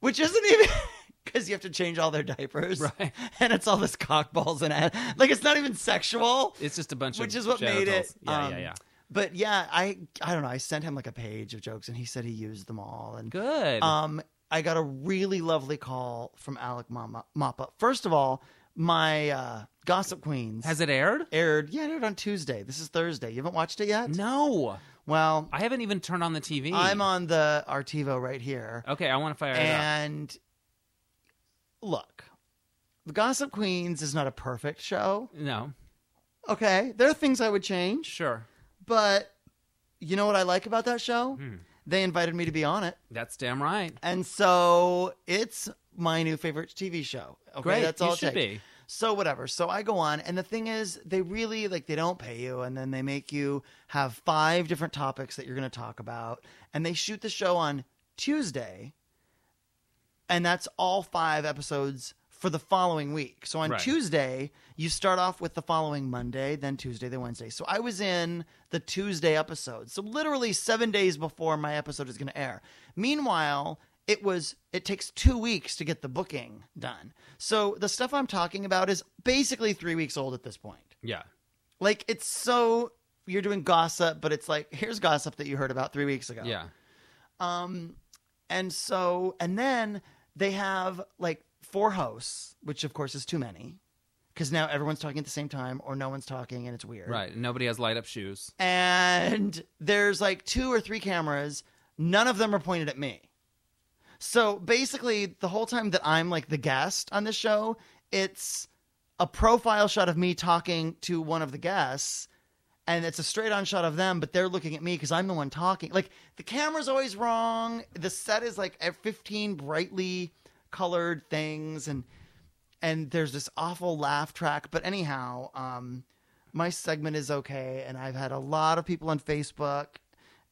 S2: which isn't even because you have to change all their diapers,
S1: Right.
S2: And it's all this cock balls and ass. like it's not even sexual
S1: It's just a bunch of
S2: which is what made it.
S1: genitals. Yeah,
S2: um,
S1: yeah, yeah.
S2: But yeah, I I don't know. I sent him like a page of jokes, and he said he used them all. And
S1: Good.
S2: um, I got a really lovely call from Alec Mama- Mappa. First of all, my uh, Gossip Queens
S1: Has it aired?
S2: aired. Yeah, it aired on Tuesday. This is Thursday. You haven't watched it yet?
S1: No.
S2: Well,
S1: Mm-hmm. I haven't even turned on the TV.
S2: I'm on the Artivo right here,
S1: Okay, I want to fire it up.
S2: and look, the Gossip Queens is not a perfect show.
S1: No.
S2: Okay, there are things I would change.
S1: Sure.
S2: But you know what I like about that show?
S1: Hmm.
S2: They invited me to be on it.
S1: That's damn right.
S2: And so it's my new favorite TV show. Okay,
S1: Great.
S2: that's all
S1: you
S2: it
S1: should
S2: takes.
S1: be.
S2: So whatever. So I go on and the thing is they really like they don't pay you and then they make you have five different topics that you're going to talk about and they shoot the show on Tuesday. And that's all five episodes for the following week. So on
S1: Right.
S2: Tuesday, you start off with the following Monday, then Tuesday, then Wednesday. So I was in the Tuesday episode. So literally 7 days before my episode is going to air. Meanwhile, it was it takes 2 weeks to get the booking done. So the stuff I'm talking about is basically 3 weeks old at this point.
S1: Yeah.
S2: Like it's so you're doing gossip, but it's like here's gossip that you heard about 3 weeks ago.
S1: Yeah.
S2: Um, and so, and then they have like four hosts, which of course is too many, because now everyone's talking at the same time or no one's talking and it's weird.
S1: Right. Nobody has light up shoes.
S2: And there's like two or three cameras. None of them are pointed at me. So basically, the whole time that I'm like the guest on this show, it's a profile shot of me talking to one of the guests, and it's a straight on shot of them, but they're looking at me because I'm the one talking. Like the camera's always wrong. The set is like at 15 brightly colored things, and and there's this awful laugh track. But anyhow, um, my segment is okay, and I've had a lot of people on Facebook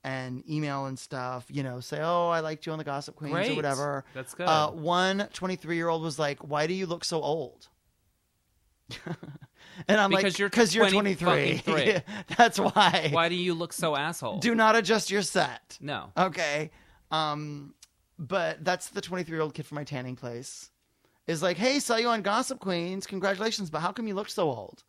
S2: and email and stuff, you know, say, "Oh, I liked you on the Gossip Queens or
S1: Great.
S2: whatever."
S1: That's good.
S2: Uh, one 23 year old was like, Why do you look so old? and I'm
S1: Because
S2: like,
S1: you're
S2: Because you're
S1: 20
S2: 23.
S1: fucking three.
S2: That's why.
S1: Why do you look so asshole?
S2: Do not adjust your set.
S1: no.
S2: Okay. Um, but that's the 23 year old kid from my tanning place. Is like, Hey, saw you on Gossip Queens. Congratulations, but how come you look so old?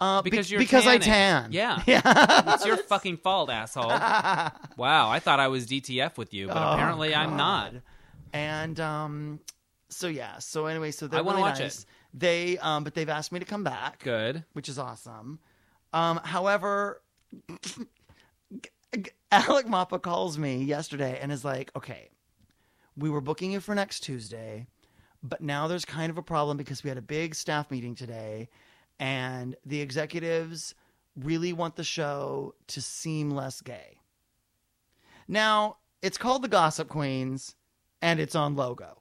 S2: Uh, be-
S1: Because you're
S2: because I tan.
S1: tanning. Yeah.
S2: Yeah.
S1: It's your fucking fault, asshole. wow, I thought I was DTF with you, but
S2: Oh,
S1: apparently I'm not.
S2: God. And um, so yeah. So anyway, so
S1: I
S2: they're
S1: wanna
S2: really
S1: watch it.
S2: nice. They um, but they've asked me to come back,
S1: Good.
S2: which is awesome. Um, however, Alec Mappa calls me yesterday and is like, "Okay, we were booking you for next Tuesday, but now there's kind of a problem because we had a big staff meeting today, and the executives really want the show to seem less gay." Now, it's called The Gossip Queens and it's on Logo.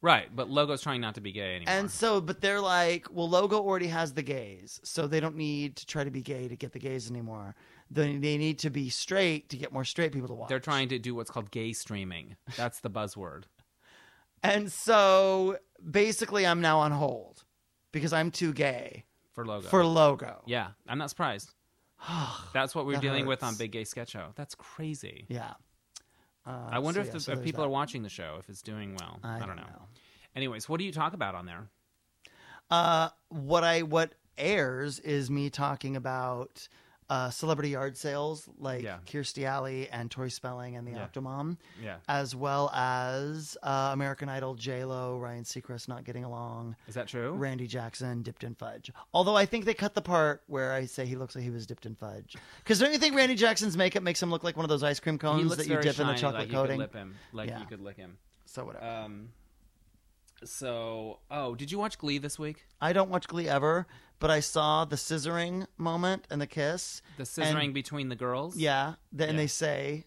S1: Right, but Logo's trying not to be gay anymore.
S2: And so, but they're like, well, Logo already has the gays, so they don't need to try to be gay to get the gays anymore. They, they need to be straight to get more straight people to watch.
S1: They're trying to do what's called gay streaming. That's the buzzword.
S2: And so, basically, I'm now on hold because I'm too gay
S1: for logo.
S2: for Logo.
S1: yeah, I'm not surprised. That's what we're
S2: That
S1: dealing with on
S2: hurts.
S1: Big Gay Sketch Show. That's crazy.
S2: yeah. Uh,
S1: I wonder
S2: so
S1: if,
S2: yeah,
S1: the,
S2: so
S1: if
S2: there's
S1: people
S2: that.
S1: are watching the show if it's doing well.
S2: I
S1: don't, know. Anyways, what do you talk about on there?
S2: Uh, what I what airs is me talking about uh, celebrity yard sales like
S1: Yeah.
S2: Kirstie Alley and Tori Spelling and the
S1: Yeah.
S2: Octomom.
S1: Yeah,
S2: as well as uh, American Idol, J Lo, Ryan Seacrest not getting along,
S1: is that true?
S2: Randy Jackson dipped in fudge. Although I think they cut the part where I say he looks like he was dipped in fudge. Because don't you think Randy Jackson's makeup makes him look like one of those ice cream
S1: he
S2: cones
S1: looks
S2: that you
S1: very
S2: dip
S1: shiny,
S2: in the chocolate
S1: like
S2: coating?
S1: You could lip him, like
S2: Yeah.
S1: you could lick him.
S2: So whatever.
S1: Um, so, oh, did you watch Glee this week?
S2: I don't watch Glee ever, but I saw the scissoring moment and the kiss.
S1: The scissoring between the girls.
S2: Yeah, th- and
S1: Yeah.
S2: they say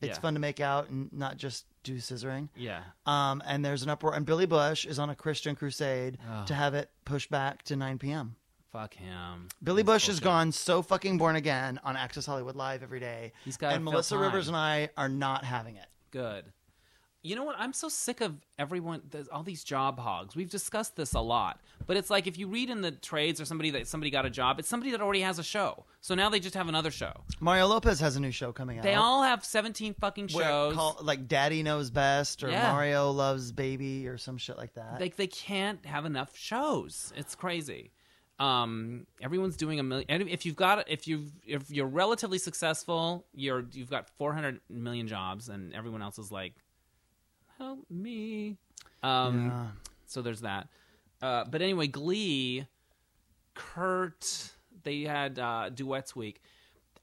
S2: it's
S1: Yeah.
S2: fun to make out and not just do scissoring.
S1: yeah.
S2: Um, and there's an uproar, and Billy Bush is on a Christian crusade
S1: Oh.
S2: to have it pushed back to 9 p.m.
S1: Fuck him.
S2: Billy
S1: He's
S2: Bush has
S1: bullshit.
S2: gone so fucking born again on Access Hollywood Live every day.
S1: He's gotta
S2: and
S1: fill
S2: Melissa
S1: time.
S2: Rivers and I are not having it.
S1: Good. You know what? I'm so sick of everyone, there's all these job hogs. We've discussed this a lot, but it's like if you read in the trades or somebody that somebody got a job, it's somebody that already has a show. So now they just have another show.
S2: Mario Lopez has a new show coming out.
S1: They all have 17 fucking
S2: Oh. where it
S1: shows.
S2: call- like Daddy Knows Best or
S1: Yeah.
S2: Mario Loves Baby or some shit like that.
S1: like they can't have enough shows. It's crazy. Um, everyone's doing a million. and If you've got, if you've, if you're relatively successful, you're you've got 400 million jobs, and everyone else is like, help me. Um,
S2: Yeah.
S1: So there's that. Uh, but anyway, Glee, Kurt, they had uh, duets week.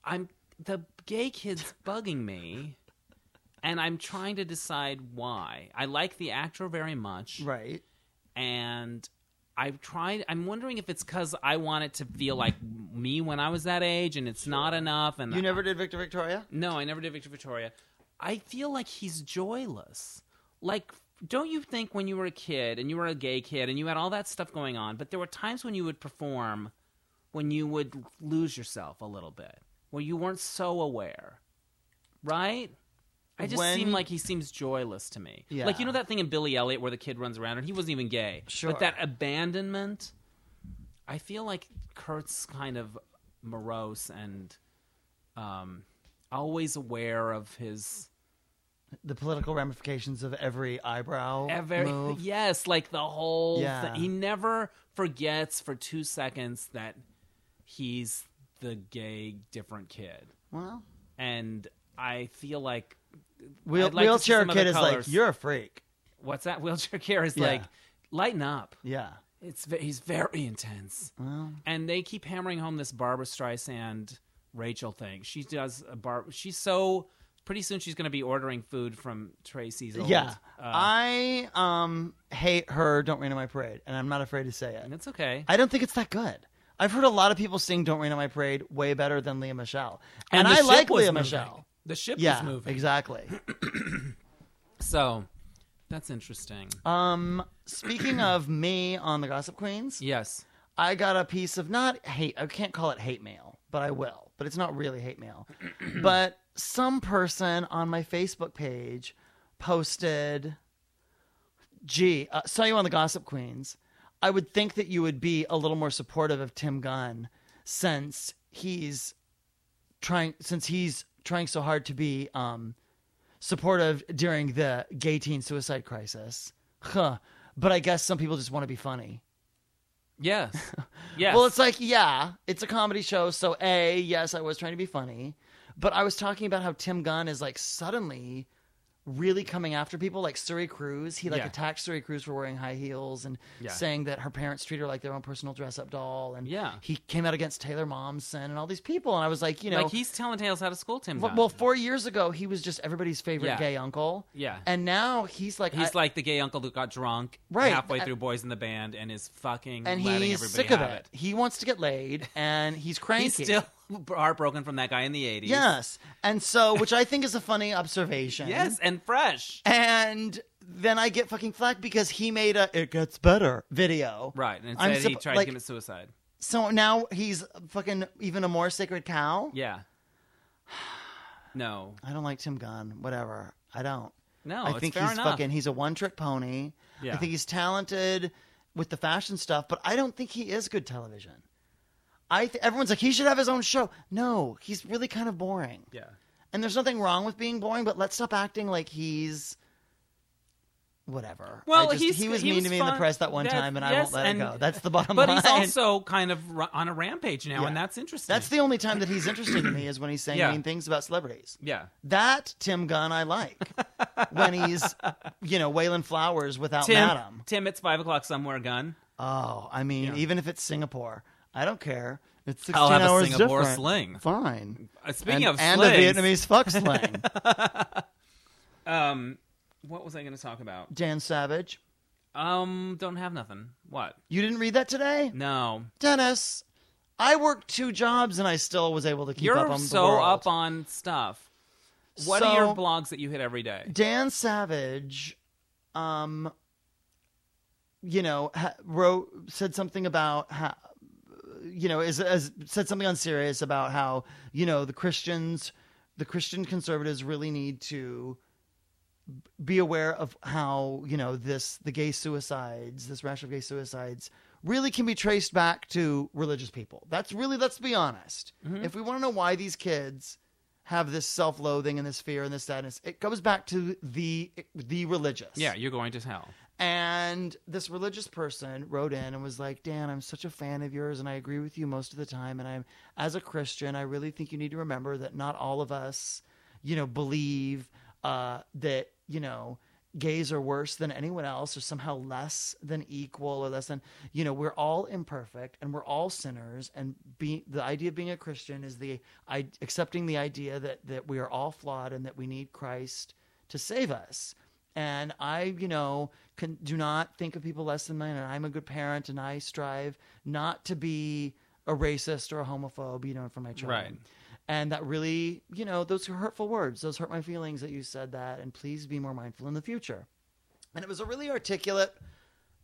S1: I'm the gay kids bugging me, and I'm trying to decide why. I like the actor very much,
S2: Right.
S1: and I've tried. I'm wondering if it's because I want it to feel like me when I was that age, and it's not enough. And
S2: You never did Victor Victoria?
S1: no, I never did Victor Victoria. I feel like he's joyless. Like, don't you think when you were a kid and you were a gay kid and you had all that stuff going on, but there were times when you would perform when you would lose yourself a little bit, where you weren't so aware, right? I just
S2: When-
S1: seem like he seems joyless to me.
S2: Yeah.
S1: Like, you know that thing in Billy Elliot where the kid runs around and he wasn't even gay.
S2: Sure.
S1: But that abandonment, I feel like Kurt's kind of morose and um, always aware of his
S2: The political ramifications of every eyebrow
S1: ever.
S2: move.
S1: Yes, like the whole
S2: Yeah.
S1: thing. He never forgets for two seconds that he's the gay, different kid.
S2: Well,
S1: And I feel like
S2: wheel-
S1: I'd like to see
S2: wheelchair
S1: some other
S2: kid is like,
S1: colors.
S2: you're a freak.
S1: what's that wheelchair care is
S2: Yeah.
S1: like lighten up.
S2: Yeah.
S1: It's ve- he's very intense.
S2: Well,
S1: and they keep hammering home this Barbara Streisand Rachel thing. She does a bar. She's so pretty soon she's going to be ordering food from Tracy's. Old,
S2: yeah.
S1: uh,
S2: I um hate her. Don't rain on my parade, and I'm not afraid to say
S1: and
S2: it.
S1: it's okay.
S2: I don't think it's that good. I've heard a lot of people sing "Don't Rain on My Parade" way better than Leah Michelle, and,
S1: the
S2: I
S1: ship
S2: like
S1: was
S2: Leah
S1: moving.
S2: Michelle.
S1: The ship was
S2: Yeah,
S1: moving.
S2: exactly.
S1: So that's interesting.
S2: Um, speaking of me on the Gossip Queens,
S1: yes.
S2: I got a piece of not hate. I can't call it hate mail, but I will. But it's not really hate mail. but some person on my Facebook page posted, "Gee, uh, saw you on the Gossip Queens. I would think that you would be a little more supportive of Tim Gunn since he's trying since he's trying so hard to be um, supportive during the gay teen suicide crisis. Huh. But I guess some people just want to be funny."
S1: Yes. Yes.
S2: Well, it's like, yeah, it's a comedy show. So, A, yes, I was trying to be funny. But I was talking about how Tim Gunn is like suddenly really coming after people like Suri Cruz. He like
S1: Yeah.
S2: attacked Suri Cruz for wearing high heels and
S1: Yeah.
S2: saying that her parents treat her like their own personal dress up doll. And
S1: Yeah.
S2: he came out against Taylor Momsen and all these people. And I was like, you know,
S1: like he's telling tales out of school, Tim.
S2: well,
S1: Gunn.
S2: well, four years ago, he was just everybody's favorite
S1: Yeah.
S2: gay uncle.
S1: Yeah.
S2: And now he's like,
S1: he's
S2: I-
S1: like the gay uncle that got drunk
S2: Right.
S1: halfway
S2: And-
S1: through Boys in the Band and is fucking
S2: and
S1: letting
S2: he's
S1: everybody
S2: sick of
S1: have
S2: it. He wants to get laid and he's cranky.
S1: He's still heartbroken from that guy in the 80s.
S2: Yes. And so, which I think is a funny observation.
S1: Yes, and fresh.
S2: And then I get fucking flack because he made a "It Gets Better" video.
S1: Right, and
S2: I'm
S1: said he
S2: suppo-
S1: tried
S2: like-
S1: to commit suicide.
S2: So now he's fucking even a more sacred cow.
S1: Yeah. No.
S2: I don't like Tim Gunn. Whatever. I don't.
S1: No,
S2: I
S1: it's
S2: think
S1: fair
S2: he's
S1: enough.
S2: fucking. He's a one-trick pony. I
S1: Yeah.
S2: think he's talented with the fashion stuff, but I don't think he is good television. I th- everyone's like he should have his own show. No, he's really kind of boring.
S1: Yeah.
S2: And there's nothing wrong with being boring, but let's stop acting like he's whatever.
S1: Well,
S2: I just-
S1: he's-
S2: he was
S1: he
S2: mean
S1: was
S2: to me in the
S1: fun-
S2: press that one
S1: that-
S2: time, and I
S1: yes,
S2: won't let
S1: and-
S2: it go. That's the bottom
S1: But
S2: line.
S1: he's also kind of ru- on a rampage now,
S2: Yeah.
S1: and that's interesting.
S2: That's the only time that he's interesting to me is when he's saying
S1: Yeah.
S2: mean things about celebrities.
S1: yeah.
S2: That Tim Gunn I like when he's you know Waylon Flowers without
S1: Tim,
S2: Madam.
S1: Tim, it's five o'clock somewhere. Gun.
S2: Oh, I mean,
S1: Yeah.
S2: even if it's Singapore, I don't care. It's 16
S1: I'll have
S2: hours
S1: a Singapore
S2: different.
S1: sling.
S2: Fine.
S1: Uh, speaking
S2: and,
S1: of
S2: and a
S1: slings,
S2: Vietnamese fuck slang.
S1: um, what was I going to talk about?
S2: Dan Savage,
S1: Um, don't have nothing. What?
S2: you didn't read that today?
S1: No,
S2: Dennis, I worked two jobs and I still was able to keep up
S1: you're
S2: on the
S1: so
S2: world.
S1: up on stuff. What
S2: So-
S1: are your blogs that you hit every day?
S2: Dan Savage, um, you know, ha- wrote said something about how, you know, is, is said something on Sirius about how you know the Christians, the Christian conservatives really need to be aware of how you know this the gay suicides, this rash of gay suicides really can be traced back to religious people. That's really let's be honest. If we want to know why these kids have this self-loathing and this fear and this sadness, it goes back to the the religious.
S1: Yeah, you're going to hell.
S2: And this religious person wrote in and was like, Dan, I'm such a fan of yours and I agree with you most of the time. And I'm, as a Christian, I really think you need to remember that not all of us, you know, believe uh, that, you know, gays are worse than anyone else or somehow less than equal or less than, you know, we're all imperfect and we're all sinners. And be, the idea of being a Christian is the I, accepting the idea that, that we are all flawed and that we need Christ to save us. And I, you know, can, do not think of people less than mine. And I'm a good parent, and I strive not to be a racist or a homophobe, you know, for my children.
S1: Right.
S2: And that really, you know, those are hurtful words. Those hurt my feelings that you said that. And please be more mindful in the future. And it was a really articulate,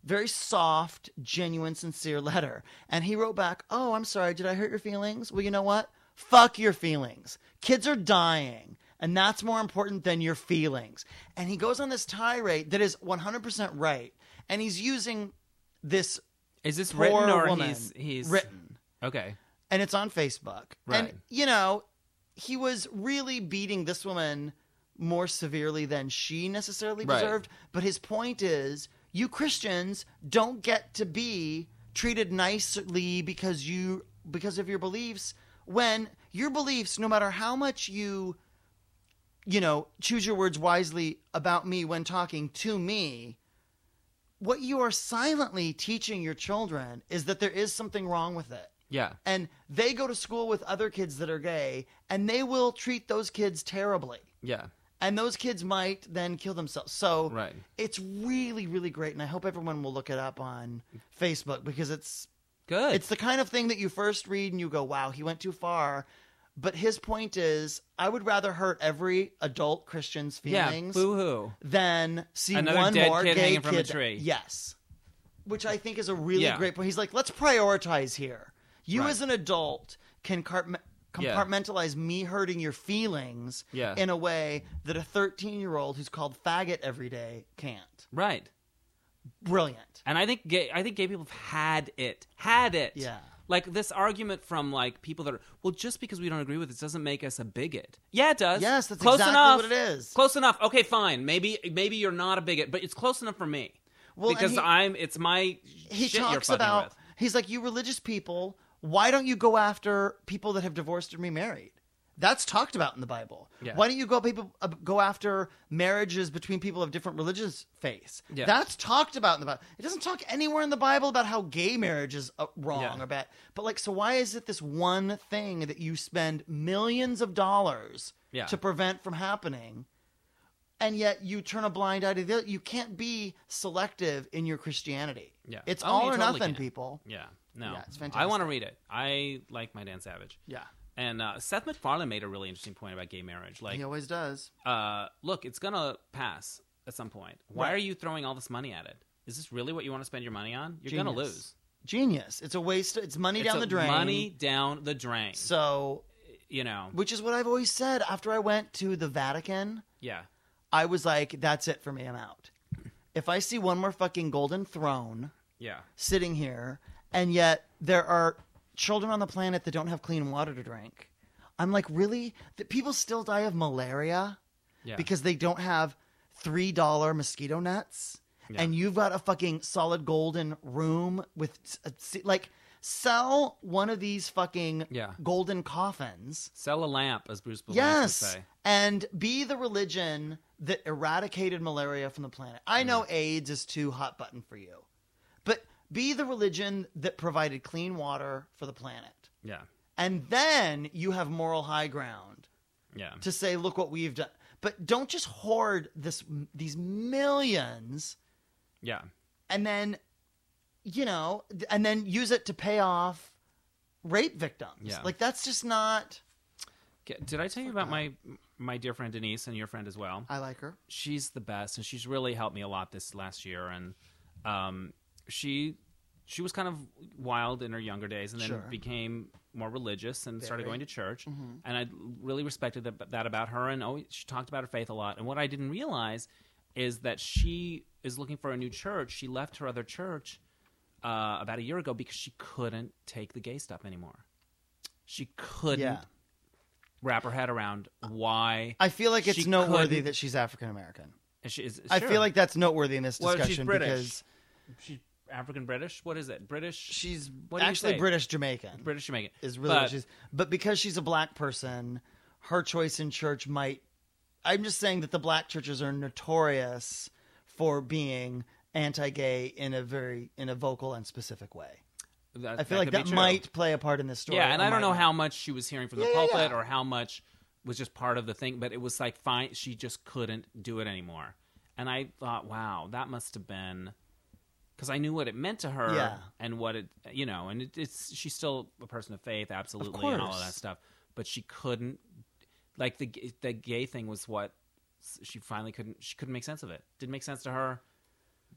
S2: very soft, genuine, sincere letter. And he wrote back, Oh, I'm sorry. Did I hurt your feelings? Well, you know what? Fuck your feelings. Kids are dying. And that's more important than your feelings. And he goes on this tirade that is 100% right. And he's using this
S1: Is this
S2: poor
S1: written or
S2: woman
S1: he's he's
S2: written
S1: Okay.
S2: and it's on Facebook.
S1: Right.
S2: And you know, he was really beating this woman more severely than she necessarily
S1: Right.
S2: deserved. But his point is, you Christians don't get to be treated nicely because you because of your beliefs when your beliefs, no matter how much you you know, choose your words wisely about me when talking to me. What you are silently teaching your children is that there is something wrong with it.
S1: Yeah.
S2: and they go to school with other kids that are gay and they will treat those kids terribly
S1: Yeah.
S2: and those kids might then kill themselves so
S1: Right.
S2: it's really really great and i hope everyone will look it up on facebook because it's
S1: Good.
S2: it's the kind of thing that you first read and you go wow he went too far but his point is i would rather hurt every adult christian's
S1: yeah.
S2: feelings
S1: Boo hoo.
S2: than see
S1: Another
S2: one
S1: dead
S2: more
S1: kid
S2: gay
S1: hanging from a
S2: kid-
S1: tree.
S2: Yes, which I think is a really
S1: Yeah.
S2: great point. He's like, let's prioritize here. You
S1: Right.
S2: as an adult can cartme-
S1: Yeah.
S2: compartmentalize me hurting your feelings
S1: Yeah.
S2: in a way that a 13 year old who's called faggot every day can't.
S1: Right.
S2: Brilliant.
S1: And I think gay, I think gay people have had it, had it.
S2: Yeah.
S1: Like this argument from like people that are well, just because we don't agree with this doesn't make us a bigot. Yeah, it does.
S2: Yes, that's
S1: close
S2: exactly
S1: enough.
S2: what it is.
S1: Close enough. Okay, fine. Maybe maybe you're not a bigot, but it's close enough for me.
S2: Well, and
S1: because
S2: he-
S1: I'm it's my
S2: He
S1: shit you're
S2: talks
S1: fucking
S2: about,
S1: with.
S2: he's like, you religious people, why don't you go after people that have divorced and remarried? That's talked about in the Bible.
S1: Yeah.
S2: Why don't you go people uh, go after marriages between people of different religious faiths?
S1: Yeah.
S2: That's talked about in the Bible. It doesn't talk anywhere in the Bible about how gay marriage is uh, wrong
S1: Yeah.
S2: or bad. But like, so why is it this one thing that you spend millions of dollars
S1: Yeah.
S2: to prevent from happening, and yet you turn a blind eye to the other? You can't be selective in your Christianity.
S1: Yeah.
S2: It's
S1: Oh,
S2: all
S1: you
S2: or
S1: totally
S2: nothing,
S1: can.
S2: people.
S1: Yeah. No.
S2: Yeah, it's
S1: I want to read it. I like my Dan Savage.
S2: Yeah.
S1: And uh, Seth MacFarlane made a really interesting point about gay marriage. Like,
S2: He always does.
S1: uh, look, it's gonna pass at some point. Why
S2: Right.
S1: are you throwing all this money at it? Is this really what you want to spend your money on? You're gonna
S2: Genius.
S1: lose.
S2: Genius. It's a waste. It's money
S1: It's
S2: down
S1: a-
S2: the drain.
S1: Money down the drain.
S2: So,
S1: you know.
S2: which is what I've always said. After I went to the Vatican,
S1: Yeah.
S2: I was like, "That's it for me. I'm out." If I see one more fucking golden throne
S1: Yeah.
S2: sitting here, and yet there are children on the planet that don't have clean water to drink, I'm like, really? That people still die of malaria?
S1: Yeah.
S2: because they don't have three dollar mosquito nets,
S1: Yeah.
S2: and you've got a fucking solid golden room with a, like sell one of these fucking
S1: Yeah.
S2: golden coffins.
S1: sell a lamp, as Bruce Willis would
S2: Yes,
S1: say.
S2: and be the religion that eradicated malaria from the planet. I know
S1: Mm.
S2: AIDS is too hot button for you, but be the religion that provided clean water for the planet,
S1: Yeah.
S2: and then you have moral high ground
S1: Yeah.
S2: to say, look what we've done. But don't just hoard this these millions
S1: Yeah.
S2: and then, you know, th- and then use it to pay off rape victims.
S1: Yeah.
S2: Like that's just not.
S1: G- Did I tell you about my my dear friend Denise and your friend as well?
S2: I like her.
S1: she's the best and she's really helped me a lot this last year and um, she she was kind of wild in her younger days and then
S2: Sure.
S1: became more religious and started
S2: Very. Mm-hmm.
S1: going to church and i really respected that, that about her and always, she talked about her faith a lot and what i didn't realize is that she is looking for a new church she left her other church uh, about a year ago because she couldn't take the gay stuff anymore she couldn't
S2: Yeah.
S1: wrap her head around why
S2: I feel like it's
S1: She
S2: noteworthy
S1: couldn't-
S2: that she's African American.
S1: she is
S2: I
S1: sure.
S2: feel like that's noteworthy in this
S1: Well, she's
S2: discussion
S1: British.
S2: because
S1: She's African British. What is it? British.
S2: she's
S1: What do you
S2: actually
S1: say?
S2: British Jamaican.
S1: British Jamaican
S2: is really
S1: But-
S2: what she's. But because she's a black person, her choice in church might. I'm just saying that the black churches are notorious for being anti-gay in a very in a vocal and specific way.
S1: that,
S2: I feel like
S1: could be
S2: that
S1: true.
S2: might play a part in this story.
S1: Yeah, and
S2: or
S1: I don't
S2: might
S1: know
S2: not.
S1: how much she was hearing from the
S2: Yeah, yeah,
S1: pulpit
S2: yeah.
S1: or how much was just part of the thing, but it was like fine. She just couldn't do it anymore, and I thought, wow, that must have been because I knew what it meant to her
S2: Yeah.
S1: and what it, you know, and it, it's she's still a person of faith, absolutely, and all of
S2: course.
S1: that stuff, but she couldn't. Like the g- the gay thing was what s- she finally couldn't. She couldn't make sense of it. Didn't make sense to her.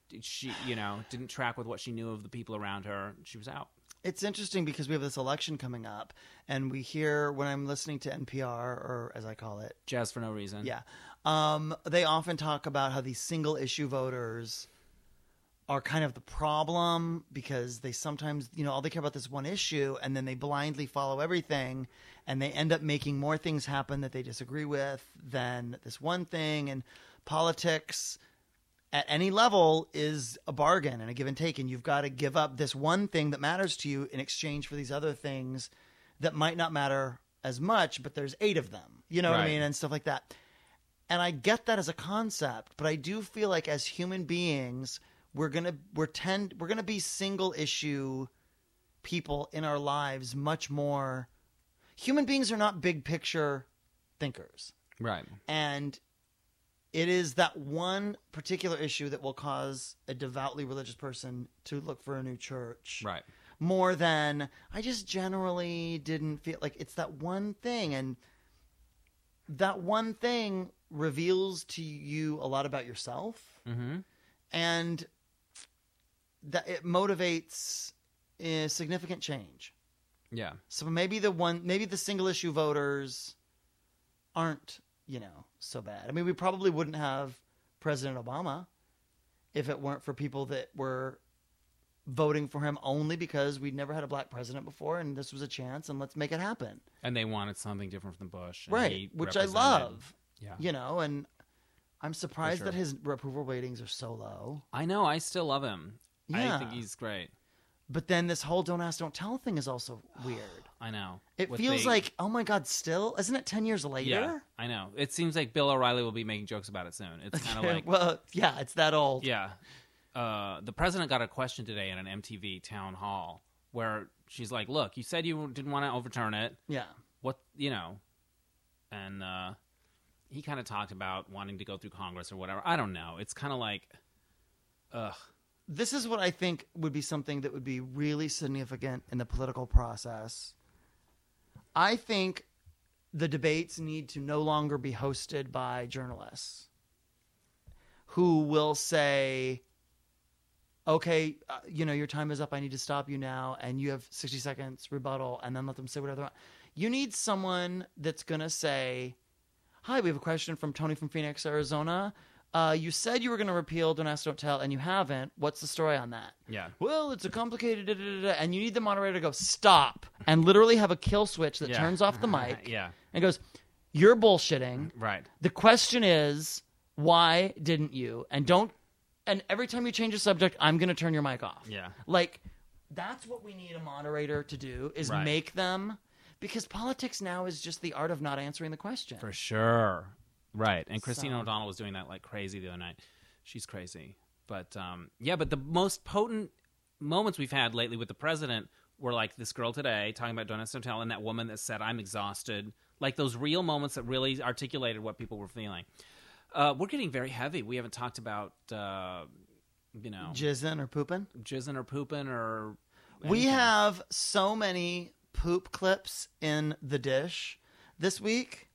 S1: Did She, you know, didn't track with what she knew of the people around her. She was out.
S2: It's interesting because we have this election coming up, and we hear when I'm listening to NPR or as I call it,
S1: Jazz for no reason.
S2: yeah, um, they often talk about how these single issue voters are kind of the problem because they sometimes you know all they care about this one issue and then they blindly follow everything and they end up making more things happen that they disagree with than this one thing and politics at any level is a bargain and a give and take and you've got to give up this one thing that matters to you in exchange for these other things that might not matter as much but there's eight of them you know what i
S1: Right.
S2: mean and stuff like that and i get that as a concept but i do feel like as human beings we're gonna we're tend we're gonna be single issue people in our lives much more. Human beings are not big picture thinkers.
S1: Right.
S2: And it is that one particular issue that will cause a devoutly religious person to look for a new church
S1: Right.
S2: more than I just generally didn't feel like it's that one thing. And that one thing reveals to you a lot about yourself
S1: Mm-hmm.
S2: and that it motivates uh, significant change.
S1: Yeah.
S2: So maybe the one, maybe the single issue voters aren't, you know, so bad. I mean, we probably wouldn't have President Obama if it weren't for people that were voting for him only because we'd never had a black president before and this was a chance and let's make it happen.
S1: And they wanted something different from the Bush. and
S2: right.
S1: he
S2: Which I
S1: represented-
S2: love,
S1: Yeah.
S2: you know, and I'm surprised
S1: sure.
S2: that his approval ratings are so low.
S1: I know. I still love him.
S2: Yeah.
S1: I think he's great.
S2: But then this whole don't ask, don't tell thing is also weird.
S1: I know.
S2: It
S1: What
S2: feels
S1: they-
S2: like, oh my God, still? Isn't it 10 years later?
S1: Yeah. I know. It seems like Bill O'Reilly will be making jokes about it soon. It's kind of like
S2: well, yeah, it's that old.
S1: Yeah. Uh, the president got a question today at an MTV town hall where she's like, "Look, you said you didn't want to overturn it.
S2: Yeah.
S1: What, you know?" And uh, he kind of talked about wanting to go through Congress or whatever. I don't know. It's kind of like, ugh.
S2: This is what I think would be something that would be really significant in the political process. I think the debates need to no longer be hosted by journalists who will say, okay, uh, you know, your time is up. I need to stop you now. And you have 60 seconds rebuttal and then let them say whatever they want. You need someone that's going to say, hi, we have a question from Tony from Phoenix, Arizona. Uh, you said you were going to repeal Don't Ask, Don't Tell, and you haven't. What's the story on that?
S1: Yeah.
S2: Well, it's a complicated, da, da, da, da," and you need the moderator to go stop and literally have a kill switch that
S1: Yeah.
S2: turns off the mic
S1: Uh, yeah.
S2: and goes, You're bullshitting.
S1: Right.
S2: The question is, why didn't you? And don't, and every time you change a subject, I'm going to turn your mic off.
S1: Yeah.
S2: Like, that's what we need a moderator to do is
S1: Right.
S2: make them, because politics now is just the art of not answering the question.
S1: For sure. Right. And Christine
S2: So-
S1: O'Donnell was doing that like crazy the other night. She's crazy. But um, yeah, but the most potent moments we've had lately with the president were like this girl today talking about Donuts Hotel and that woman that said, I'm exhausted. Like those real moments that really articulated what people were feeling. Uh, we're getting very heavy. We haven't talked about, uh, you know,
S2: Jizzing or pooping?
S1: jizzing or pooping or.
S2: We
S1: anything.
S2: have so many poop clips in the dish this week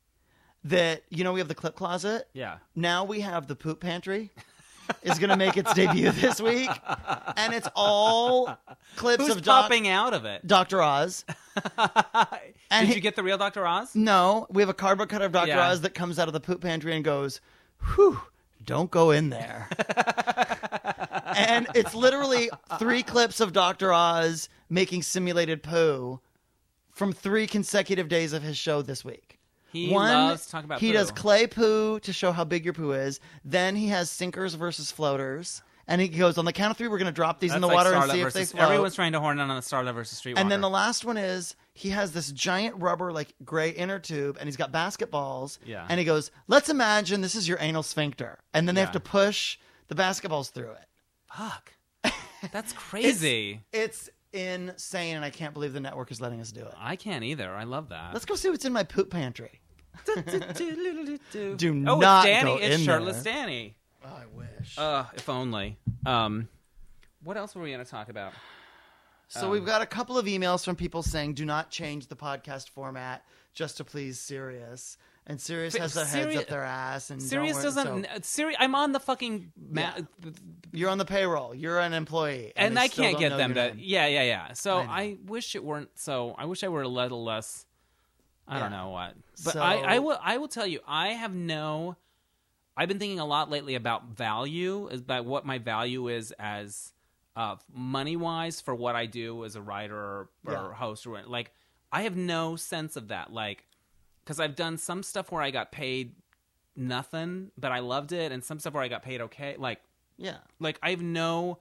S2: that you know we have the clip closet.
S1: Yeah.
S2: Now we have the poop pantry is going to make its debut this week, and it's all clips
S1: Who's
S2: of Doc-
S1: popping out of it?
S2: Dr. Oz. And
S1: Did
S2: he-
S1: you get the real Dr. Oz?
S2: No, we have a cardboard cut of Dr.
S1: Yeah.
S2: Oz that comes out of the poop pantry and goes, "Whew, don't go in there." and it's literally three clips of Dr. Oz making simulated poo from three consecutive days of his show this week.
S1: He loves talking about
S2: he does
S1: poo.
S2: clay poo to show how big your poo is. Then he has sinkers versus floaters, and he goes on the count of three. We're going to drop these in the
S1: That's like
S2: water and
S1: Starlet
S2: see if they
S1: versus-
S2: float.
S1: Everyone's trying to horn in on the Starlet versus Streetwalker.
S2: And then the last one is he has this giant rubber like gray inner tube and he's got basketballs.
S1: Yeah.
S2: And he goes, Let's imagine this is your anal sphincter. And then they
S1: Yeah.
S2: have to push the basketballs through it.
S1: fuck. That's crazy.
S2: It's insane and I can't believe the network is letting us do it.
S1: I can't either. I love that.
S2: Let's go see what's in my poop pantry.
S1: Do oh, it's
S2: not
S1: Danny.
S2: go
S1: it's
S2: in
S1: shirtless
S2: there.
S1: Danny.
S2: Oh, I wish.
S1: Uh, if only. Um, what else were we going to talk about?
S2: so we've got a couple of emails from people saying do not change the podcast format just to please Sirius. And Sirius
S1: But
S2: has their heads
S1: Siri-
S2: up their ass and don't
S1: Sirius
S2: worry-
S1: doesn't.
S2: so
S1: Sirius, I'm on the fucking. Ma-
S2: Yeah. you're on the payroll. You're an employee.
S1: and
S2: they
S1: I
S2: still
S1: can't
S2: don't
S1: get
S2: know
S1: them
S2: your
S1: to.
S2: name.
S1: Yeah, yeah, yeah. So
S2: I know.
S1: I, wish it weren't. So I wish I were a little less. I don't
S2: Yeah.
S1: know what, but
S2: So-
S1: I, I will. I will tell you. I have no. I've been thinking a lot lately about value, is about what my value is as uh, money wise for what I do as a writer or, or
S2: Yeah.
S1: host or what- like. I have no sense of that, like, because I've done some stuff where I got paid nothing, but I loved it, and some stuff where I got paid okay, like
S2: Yeah.
S1: like i have no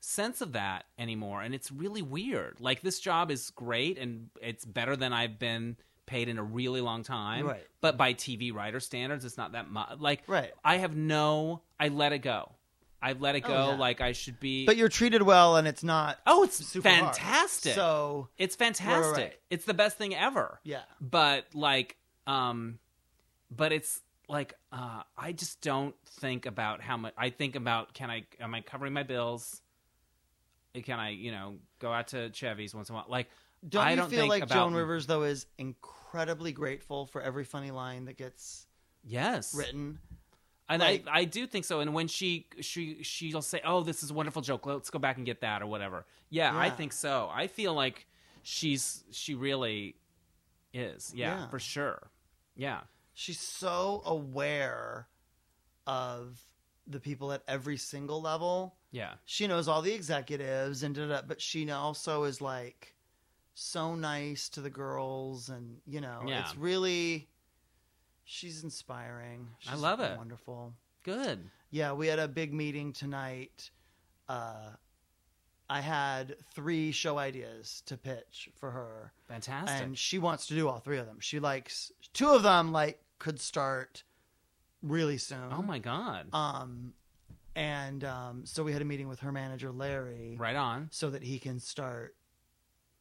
S1: sense of that anymore and it's really weird like this job is great and it's better than i've been paid in a really long time
S2: Right.
S1: but by tv writer standards it's not that much like
S2: Right.
S1: i have no i let it go I've let it
S2: Oh,
S1: go.
S2: yeah.
S1: Like I should be.
S2: But you're treated well, and it's not
S1: oh, it's
S2: super hard.
S1: fantastic.
S2: So
S1: It's fantastic.
S2: right.
S1: It's the best thing ever.
S2: yeah,
S1: But like, um, but it's like uh, I just don't think about how much. I think about can I am I covering my bills? Can I you know go out to Chevy's once in a while? Like
S2: don't
S1: I
S2: you
S1: don't
S2: feel
S1: think
S2: like
S1: about-
S2: Joan Rivers though is incredibly grateful for every funny line that gets
S1: yes,
S2: written?
S1: And
S2: Like-
S1: I, I do think so. And when she she she'll say, "Oh, this is a wonderful joke. Let's go back and get that or whatever." Yeah, I
S2: Yeah.
S1: think so. I feel like she's she really is. Yeah,
S2: Yeah.
S1: for sure. Yeah.
S2: She's so aware of the people at every single level.
S1: Yeah.
S2: She knows all the executives and da, da, da, but she also is like so nice to the girls and you know,
S1: Yeah.
S2: it's really she's inspiring.
S1: I
S2: She's
S1: love it.
S2: Wonderful.
S1: Good.
S2: Yeah, we had a big meeting tonight. Uh, I had three show ideas to pitch for her,
S1: Fantastic.
S2: and she wants to do all three of them. She likes two of them. Like could start really soon.
S1: oh my god.
S2: Um, and um, so we had a meeting with her manager Larry,
S1: right on.
S2: so that he can start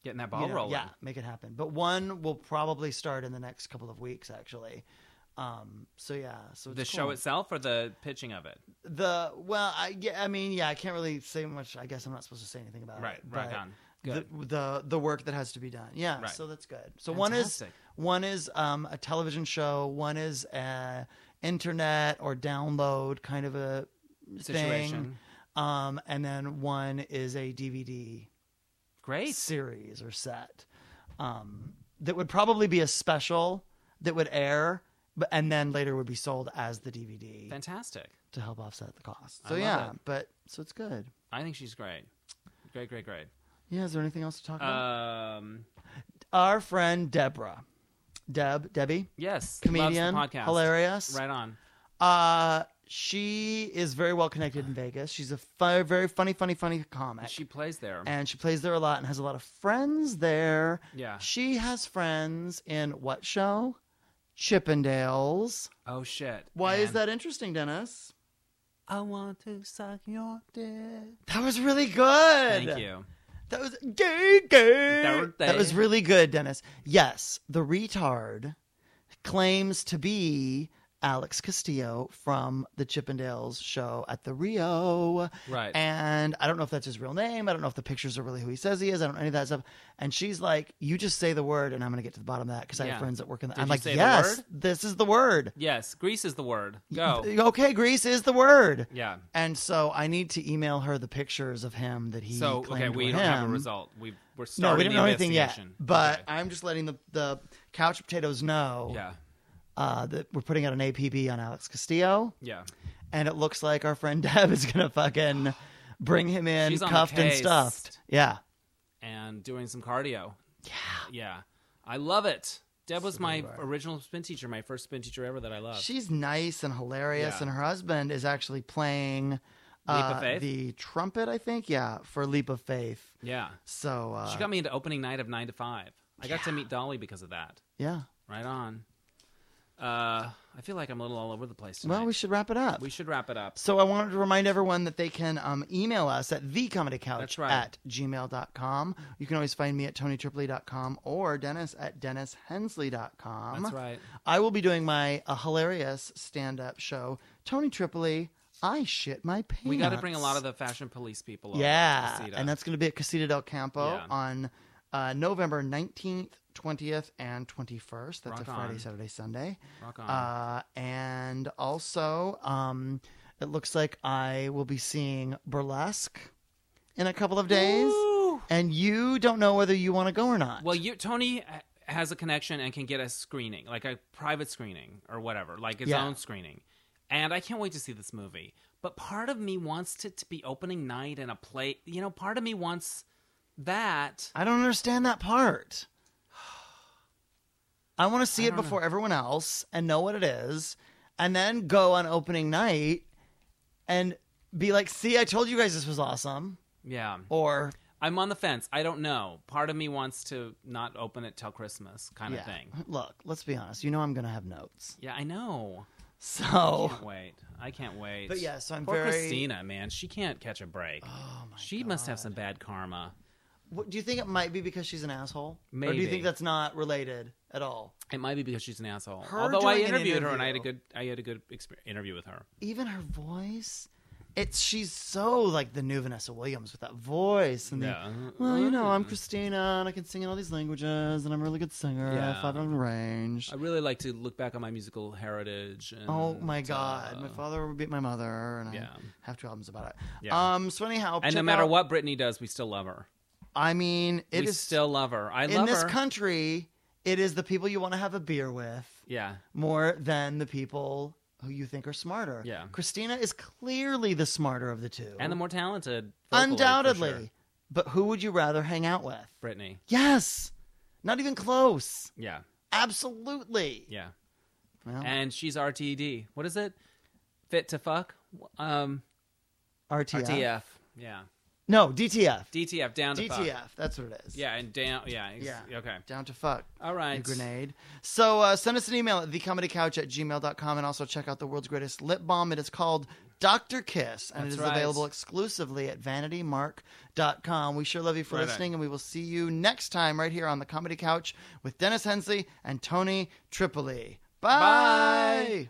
S1: Getting that
S2: you
S1: ball
S2: know,
S1: rolling.
S2: Yeah, make it happen. But one will probably start in the next couple of weeks, actually. Um, so yeah, so
S1: The
S2: it's
S1: show
S2: cool.
S1: itself or the pitching of it.
S2: the well I, yeah, I mean yeah i can't really say much i guess i'm not supposed to say anything about
S1: right.
S2: it
S1: Right
S2: but
S1: on. Good.
S2: The, the the work that has to be done yeah
S1: Right.
S2: so that's good so one is
S1: Fantastic.
S2: one is um, a television show one is a internet or download kind of a
S1: Situation.
S2: thing um, and then one is a dvd
S1: Great.
S2: series or set um, that would probably be a special that would air but, and then later would be sold as the dvd
S1: Fantastic.
S2: to help offset the cost.
S1: I
S2: So
S1: love
S2: yeah,
S1: it.
S2: but so it's good.
S1: I think she's great. Great, great, great.
S2: Yeah, is there anything else to talk about?
S1: Um
S2: Our friend Deborah, Deb, Debbie,
S1: yes.
S2: comedian,
S1: loves the podcast.
S2: hilarious.
S1: Right on.
S2: Uh, she is very well connected in Vegas. She's a fu- very funny, funny, funny comic,
S1: She plays there.
S2: and she plays there a lot and has a lot of friends there.
S1: Yeah.
S2: She has friends in what show? Chippendales.
S1: Oh shit.
S2: Why is
S1: And-
S2: that interesting, Dennis?
S1: I want to suck your dick.
S2: That was really good.
S1: Thank you.
S2: That was gay, gay.
S1: That-
S2: That was really good, Dennis. Yes, the retard claims to be Alex Castillo from the Chippendales show at the Rio.
S1: Right.
S2: And I don't know if that's his real name. I don't know if the pictures are really who he says he is. I don't know any of that stuff. And she's like, "You just say the word, and I'm going to get to the bottom of that because I
S1: Yeah.
S2: have friends that work in that."
S1: Did
S2: I'm
S1: you
S2: like,
S1: say the
S2: "Yes,
S1: word?
S2: this is the word."
S1: yes, Greece is the word. Go.
S2: Okay, Greece is the word.
S1: Yeah.
S2: And so I need to email her the pictures of him that he.
S1: So
S2: claimed
S1: okay, we
S2: were
S1: don't have a
S2: him.
S1: result. We we're
S2: No,
S1: starting
S2: we don't
S1: the
S2: know anything yet.
S1: investigation.
S2: But
S1: Okay.
S2: I'm just letting the, the couch potatoes know
S1: yeah,
S2: uh, that we're putting out an APB on Alex Castillo,
S1: yeah,
S2: and it looks like our friend Deb is gonna fucking bring him in,
S1: She's on the
S2: cuffed and
S1: case.
S2: stuffed. Yeah,
S1: and doing some cardio. Yeah, yeah, I love it. Deb was my original spin teacher, my first spin teacher ever that I loved.
S2: she's nice and hilarious,
S1: Yeah.
S2: and her husband is actually playing
S1: of
S2: uh,
S1: Faith?
S2: the trumpet, I think. Yeah, for Leap of Faith.
S1: yeah,
S2: So uh,
S1: she got me into opening night of nine to five. I got to meet Dolly because of that.
S2: yeah.
S1: Right on. Uh, I feel like I'm a little all over the place tonight.
S2: Well, we should wrap it up.
S1: we should wrap it up.
S2: So I wanted to remind everyone that they can um, email us at thecomedycouch
S1: That's right.
S2: at gmail.com. You can always find me at tonytripoli.com or Dennis at dennishensley.com.
S1: That's right.
S2: I will be doing my uh, hilarious stand-up show, Tony Tripoli, I Shit My Pants.
S1: We got to bring a lot of the fashion police people. Over
S2: Yeah,
S1: to Casita.
S2: and that's going to be at Casita del Campo
S1: Yeah.
S2: on uh, November 19th, 20th, and 21st. That's
S1: Rock
S2: a Friday,
S1: on.
S2: Saturday, Sunday.
S1: Rock on.
S2: Uh, and also, um, it looks like I will be seeing burlesque in a couple of days.
S1: Woo!
S2: And you don't know whether you want to go or not.
S1: Well, you Tony ha- has a connection and can get a screening, like a private screening or whatever, like his
S2: Yeah.
S1: own screening. And I can't wait to see this movie. But part of me wants it to be opening night and a play. You know, part of me wants that.
S2: I don't understand that part. I want to
S1: I
S2: see it
S1: don't know.
S2: before everyone else and know what it is, and then go on opening night and be like, "See, I told you guys this was awesome."
S1: Yeah,
S2: Or
S1: I'm on the fence. I don't know. Part of me wants to not open it till Christmas, kind
S2: yeah,
S1: of thing.
S2: look, let's be honest. You know, I'm gonna have notes,
S1: Yeah, I know.
S2: So
S1: Can't wait. I can't wait.
S2: Oh. But yeah, so I'm
S1: Poor
S2: very-
S1: Christina, man. She can't catch a break.
S2: Oh my
S1: she must have some bad karma.
S2: What, do you think it might be because she's an asshole? Or do you
S1: Maybe.
S2: think that's not related at all?
S1: It might be because she's an asshole.
S2: Her
S1: Although I
S2: doing an
S1: interviewed her and I had a
S2: interview-
S1: good I had a good exper- interview with her.
S2: Even her voice, it's she's so like the new Vanessa Williams with that voice and the
S1: Yeah. Mm.
S2: well, you know, I'm Christina and I can sing in all these languages and I'm a really good singer. I have
S1: Yeah.
S2: five on range.
S1: I really like to look back on my musical heritage. And,
S2: Oh my god,
S1: uh,
S2: my father beat my mother, and
S1: Yeah.
S2: I have two albums about it.
S1: Yeah.
S2: Um, so anyhow,
S1: and no
S2: check
S1: matter
S2: out-
S1: what Britney does, we still love her.
S2: I mean, it
S1: we
S2: is
S1: still love her. I
S2: in
S1: love
S2: this
S1: her.
S2: country, it is the people you want to have a beer with
S1: yeah,
S2: more than the people who you think are smarter.
S1: Yeah.
S2: Christina is clearly the smarter of the two,
S1: and the more talented, vocally, for
S2: undoubtedly.
S1: sure.
S2: But who would you rather hang out with?
S1: Britney.
S2: Yes, not even close.
S1: Yeah,
S2: Absolutely.
S1: yeah.
S2: Well,
S1: And she's RTD. What is it? Fit to fuck? Um,
S2: RTF.
S1: RTF. Yeah,
S2: No, DTF.
S1: DTF. Down to fuck.
S2: DTF. That's what it is.
S1: Yeah, and down. Yeah, ex-
S2: Yeah.
S1: Okay.
S2: Down to fuck.
S1: All right.
S2: a grenade. So uh, send us an email at thecomedycouch at gmail.com and also check out the world's greatest lip balm. It is called Dr. Kiss and
S1: That's
S2: it is
S1: right.
S2: available exclusively at vanitymark.com. We sure love you for
S1: Right on.
S2: listening and we will see you next time right here on the Comedy Couch with Dennis Hensley and Tony Tripoli.
S1: Bye.
S2: Bye.